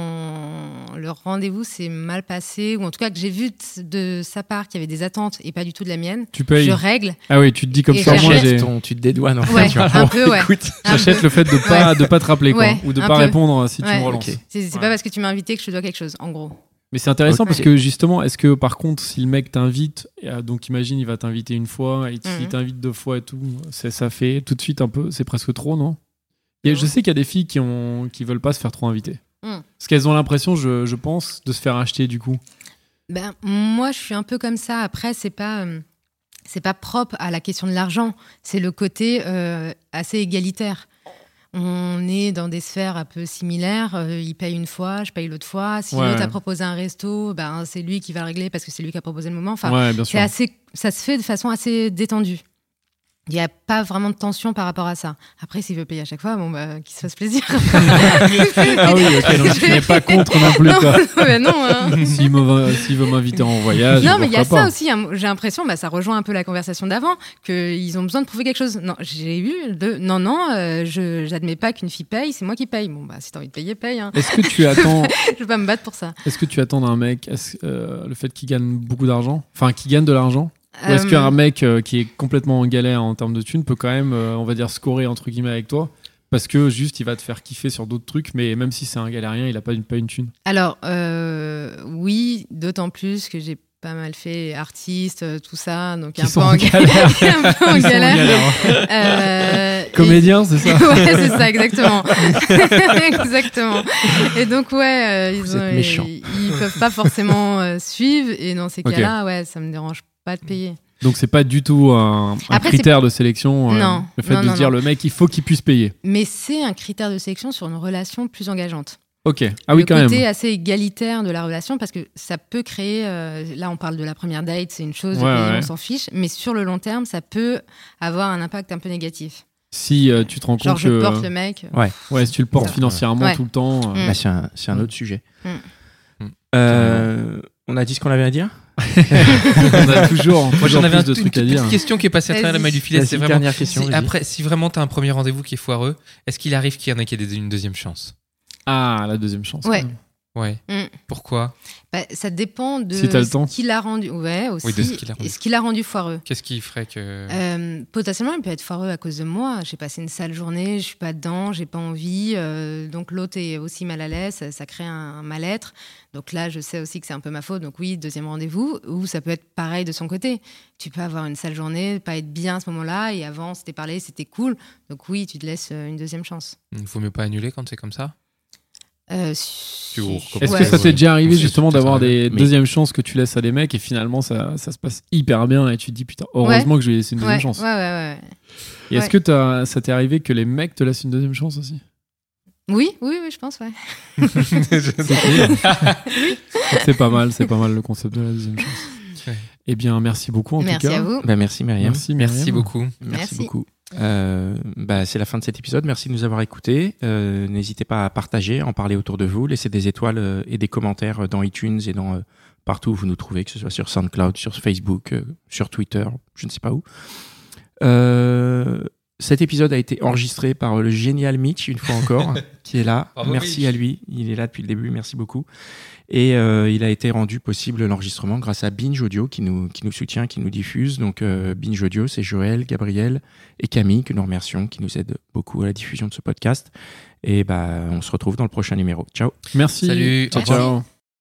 Speaker 3: quand le rendez-vous s'est mal passé ou en tout cas que j'ai vu de, de sa part qu'il y avait des attentes et pas du tout de la mienne.
Speaker 4: tu payes
Speaker 3: Je règle.
Speaker 4: ah oui tu te dis comme
Speaker 3: Et
Speaker 4: ça moi
Speaker 3: j'achète
Speaker 4: j'ai
Speaker 1: ton, tu te dédouanes en
Speaker 3: Ouais,
Speaker 1: fait. tu vois.
Speaker 3: un peu, ouais.
Speaker 1: Écoute,
Speaker 3: un peu.
Speaker 4: J'achète le fait de pas de pas te rappeler quoi,
Speaker 3: Ouais,
Speaker 4: ou de
Speaker 3: un
Speaker 4: pas
Speaker 3: peu.
Speaker 4: répondre euh, si tu
Speaker 3: Ouais.
Speaker 4: me relances.
Speaker 1: Ok.
Speaker 3: C'est c'est
Speaker 4: Ouais.
Speaker 3: pas parce que tu m'as invité que je te dois quelque chose, en gros.
Speaker 4: Mais c'est intéressant
Speaker 1: Ok.
Speaker 4: parce que justement, est-ce que par contre, si le mec t'invite, euh, donc imagine il va t'inviter une fois et s'il
Speaker 3: Mhm.
Speaker 4: t'invite deux fois et tout, ça, ça fait tout de suite un peu, c'est presque trop, non et Je
Speaker 3: Ouais.
Speaker 4: sais qu'il y a des filles qui ont qui veulent pas se faire trop inviter,
Speaker 3: Mhm.
Speaker 4: parce qu'elles ont l'impression, je, je pense, de se faire acheter du coup.
Speaker 3: Ben, moi, je suis un peu comme ça. Après, c'est pas. euh, C'est pas propre à la question de l'argent, c'est le côté euh, assez égalitaire. On est dans des sphères un peu similaires, euh, il paye une fois, je paye l'autre fois. Si
Speaker 4: Ouais,
Speaker 3: l'autre
Speaker 4: ouais.
Speaker 3: a proposé un resto, ben, c'est lui qui va le régler parce que c'est lui qui a proposé le moment. Enfin,
Speaker 4: ouais, bien
Speaker 3: c'est
Speaker 4: sûr.
Speaker 3: assez, ça se fait de façon assez détendue. Il n'y a pas vraiment de tension par rapport à ça. Après, s'il veut payer à chaque fois, bon, bah, qu'il se fasse plaisir.
Speaker 4: Ah oui, ok, donc tu n'es pas contre non plus.
Speaker 3: non,
Speaker 4: quoi.
Speaker 3: ben non, hein.
Speaker 4: S'il me va- s'il veut m'inviter en voyage,
Speaker 3: Non, mais il y a
Speaker 4: pourquoi
Speaker 3: ça
Speaker 4: Ah, pas.
Speaker 3: aussi. hein. J'ai l'impression, bah, ça rejoint un peu la conversation d'avant, qu'ils ont besoin de prouver quelque chose. Non, j'ai eu de. Non, non, euh, je j'admets pas qu'une fille paye, c'est moi qui paye. Bon, bah, si t'as envie de payer, paye. hein.
Speaker 4: Est-ce que tu attends
Speaker 3: je vais pas me battre pour ça.
Speaker 4: Est-ce que tu attends d'un mec est-ce- euh, le fait qu'il gagne beaucoup d'argent Enfin, qu'il gagne de l'argent Ou est-ce
Speaker 3: Euh,
Speaker 4: qu'un mec euh, qui est complètement en galère en termes de thunes peut quand même, euh, on va dire, scorer entre guillemets avec toi Parce que juste, il va te faire kiffer sur d'autres trucs, mais même si c'est un galérien, il a pas une, pas une thune.
Speaker 3: Alors, euh, oui, d'autant plus que j'ai pas mal fait artiste, euh, tout ça, donc un
Speaker 4: Ils
Speaker 3: peu
Speaker 4: sont
Speaker 3: en
Speaker 4: en
Speaker 3: galère. un peu en
Speaker 4: Ils sont en
Speaker 3: galère. hein.
Speaker 4: galère.
Speaker 3: Euh, et-
Speaker 4: Comédien, c'est ça
Speaker 3: ouais, c'est ça, exactement. exactement. Et donc, ouais, euh,
Speaker 4: Oh,
Speaker 3: ils,
Speaker 1: Vous
Speaker 3: ont-
Speaker 1: êtes méchants.
Speaker 3: ils, ils peuvent pas forcément euh, suivre. Et dans ces
Speaker 4: Ok.
Speaker 3: cas-là, ouais, ça me dérange pas de payer.
Speaker 4: Donc c'est pas du tout un, un
Speaker 3: Après, c'est-
Speaker 4: critère de sélection. euh,
Speaker 3: Non,
Speaker 4: Le fait
Speaker 3: non,
Speaker 4: de
Speaker 3: non,
Speaker 4: se dire
Speaker 3: non.
Speaker 4: le mec, il faut qu'il puisse payer.
Speaker 3: Mais c'est un critère de sélection sur une relation plus engageante.
Speaker 4: Ok. Ah oui,
Speaker 3: le
Speaker 4: quand
Speaker 3: côté
Speaker 4: même.
Speaker 3: assez égalitaire de la relation, parce que ça peut créer. euh, là, on parle de la première date, c'est une chose, de
Speaker 4: Ouais,
Speaker 3: payer,
Speaker 4: ouais.
Speaker 3: on s'en fiche. Mais sur le long terme, ça peut avoir un impact un peu négatif.
Speaker 4: si euh, tu te rends
Speaker 3: Genre,
Speaker 4: compte
Speaker 3: je
Speaker 4: que
Speaker 3: porte le mec.
Speaker 4: ouais, si tu le portes
Speaker 1: Ouais.
Speaker 4: financièrement
Speaker 3: Ouais.
Speaker 4: tout le temps, euh,
Speaker 3: Mm.
Speaker 1: Bah, c'est un, c'est un autre sujet.
Speaker 3: Mm.
Speaker 2: Mm.
Speaker 1: Euh, on a dit ce qu'on avait à dire
Speaker 4: on a toujours,
Speaker 2: Moi, j'en
Speaker 4: toujours
Speaker 2: avais
Speaker 4: plus
Speaker 2: un-
Speaker 4: de
Speaker 2: une
Speaker 4: trucs à
Speaker 2: petite
Speaker 4: dire.
Speaker 2: question qui est passée à travers la
Speaker 3: Vas-y.
Speaker 2: maille du filet.
Speaker 1: Vas-y,
Speaker 2: C'est vraiment.
Speaker 1: dernière question.
Speaker 2: si
Speaker 1: vas-y.
Speaker 2: après, si vraiment t'as un premier rendez-vous qui est foireux, est-ce qu'il arrive qu'il y en ait qui aient des- une deuxième chance
Speaker 4: Ah, la deuxième chance.
Speaker 3: Ouais.
Speaker 2: Ouais.
Speaker 3: Mm.
Speaker 2: Pourquoi
Speaker 3: Bah, ça dépend de
Speaker 4: Si t'as le temps.
Speaker 3: ce qui l'a rendu. Ouais, aussi.
Speaker 2: Oui, de ce qui l'a rendu.
Speaker 3: et ce qui l'a rendu foireux.
Speaker 2: Qu'est-ce qui ferait que.
Speaker 3: Euh, potentiellement, il peut être foireux à cause de moi. J'ai passé une sale journée, je suis pas dedans, j'ai pas envie. euh, donc l'autre est aussi mal à l'aise, ça, ça crée un, un mal-être. Donc là, je sais aussi que c'est un peu ma faute. Donc oui, deuxième rendez-vous. Ou ça peut être pareil de son côté. Tu peux avoir une sale journée, pas être bien à ce moment-là. Et avant, c'était parlé, c'était cool. Donc oui, tu te laisses euh, une deuxième chance.
Speaker 2: Il Vaut mieux pas annuler quand c'est comme ça
Speaker 3: Euh, si-
Speaker 2: Tu vous recommandes.
Speaker 4: Est-ce
Speaker 3: Ouais.
Speaker 4: que ça t'est déjà arrivé
Speaker 2: Ouais.
Speaker 4: justement d'avoir
Speaker 2: Mais-
Speaker 4: des deuxièmes chances que tu laisses à des mecs et finalement ça, ça se passe hyper bien et tu te dis putain, heureusement que je lui ai laissé une deuxième
Speaker 3: Ouais,
Speaker 4: chance.
Speaker 3: ouais, ouais, ouais.
Speaker 4: Et est-ce
Speaker 3: ouais.
Speaker 4: que t'as- ça t'est arrivé que les mecs te laissent une deuxième chance aussi
Speaker 3: Oui, oui, oui, je pense, ouais.
Speaker 4: C'est pas mal, c'est pas mal le concept de la deuxième chance.
Speaker 2: Ouais.
Speaker 4: Eh bien, merci beaucoup en
Speaker 3: Merci
Speaker 4: tout cas.
Speaker 3: à vous.
Speaker 1: Bah, merci Myriam.
Speaker 4: Merci,
Speaker 2: Merci
Speaker 4: Myriam.
Speaker 2: beaucoup.
Speaker 1: Merci,
Speaker 3: Merci.
Speaker 1: beaucoup. Euh, bah, c'est la fin de cet épisode. Merci de nous avoir écoutés. Euh, N'hésitez pas à partager, en parler autour de vous, laisser des étoiles euh, et des commentaires euh, dans iTunes et dans euh, partout où vous nous trouvez, que ce soit sur SoundCloud, sur Facebook, euh, sur Twitter, je ne sais pas où. Euh, cet épisode a été enregistré par le génial Mitch, une fois encore, qui est là.
Speaker 2: Bravo,
Speaker 1: Merci
Speaker 2: Mitch.
Speaker 1: à lui. Il est là depuis le début. Merci beaucoup. Et euh, il a été rendu possible l'enregistrement grâce à Binge Audio qui nous, qui nous soutient, qui nous diffuse. Donc euh, Binge Audio, c'est Joël, Gabriel et Camille que nous remercions, qui nous aident beaucoup à la diffusion de ce podcast. Et bah, on se retrouve dans le prochain numéro. Ciao
Speaker 4: Merci.
Speaker 2: Salut.
Speaker 4: Ciao,
Speaker 3: Merci.
Speaker 4: ciao.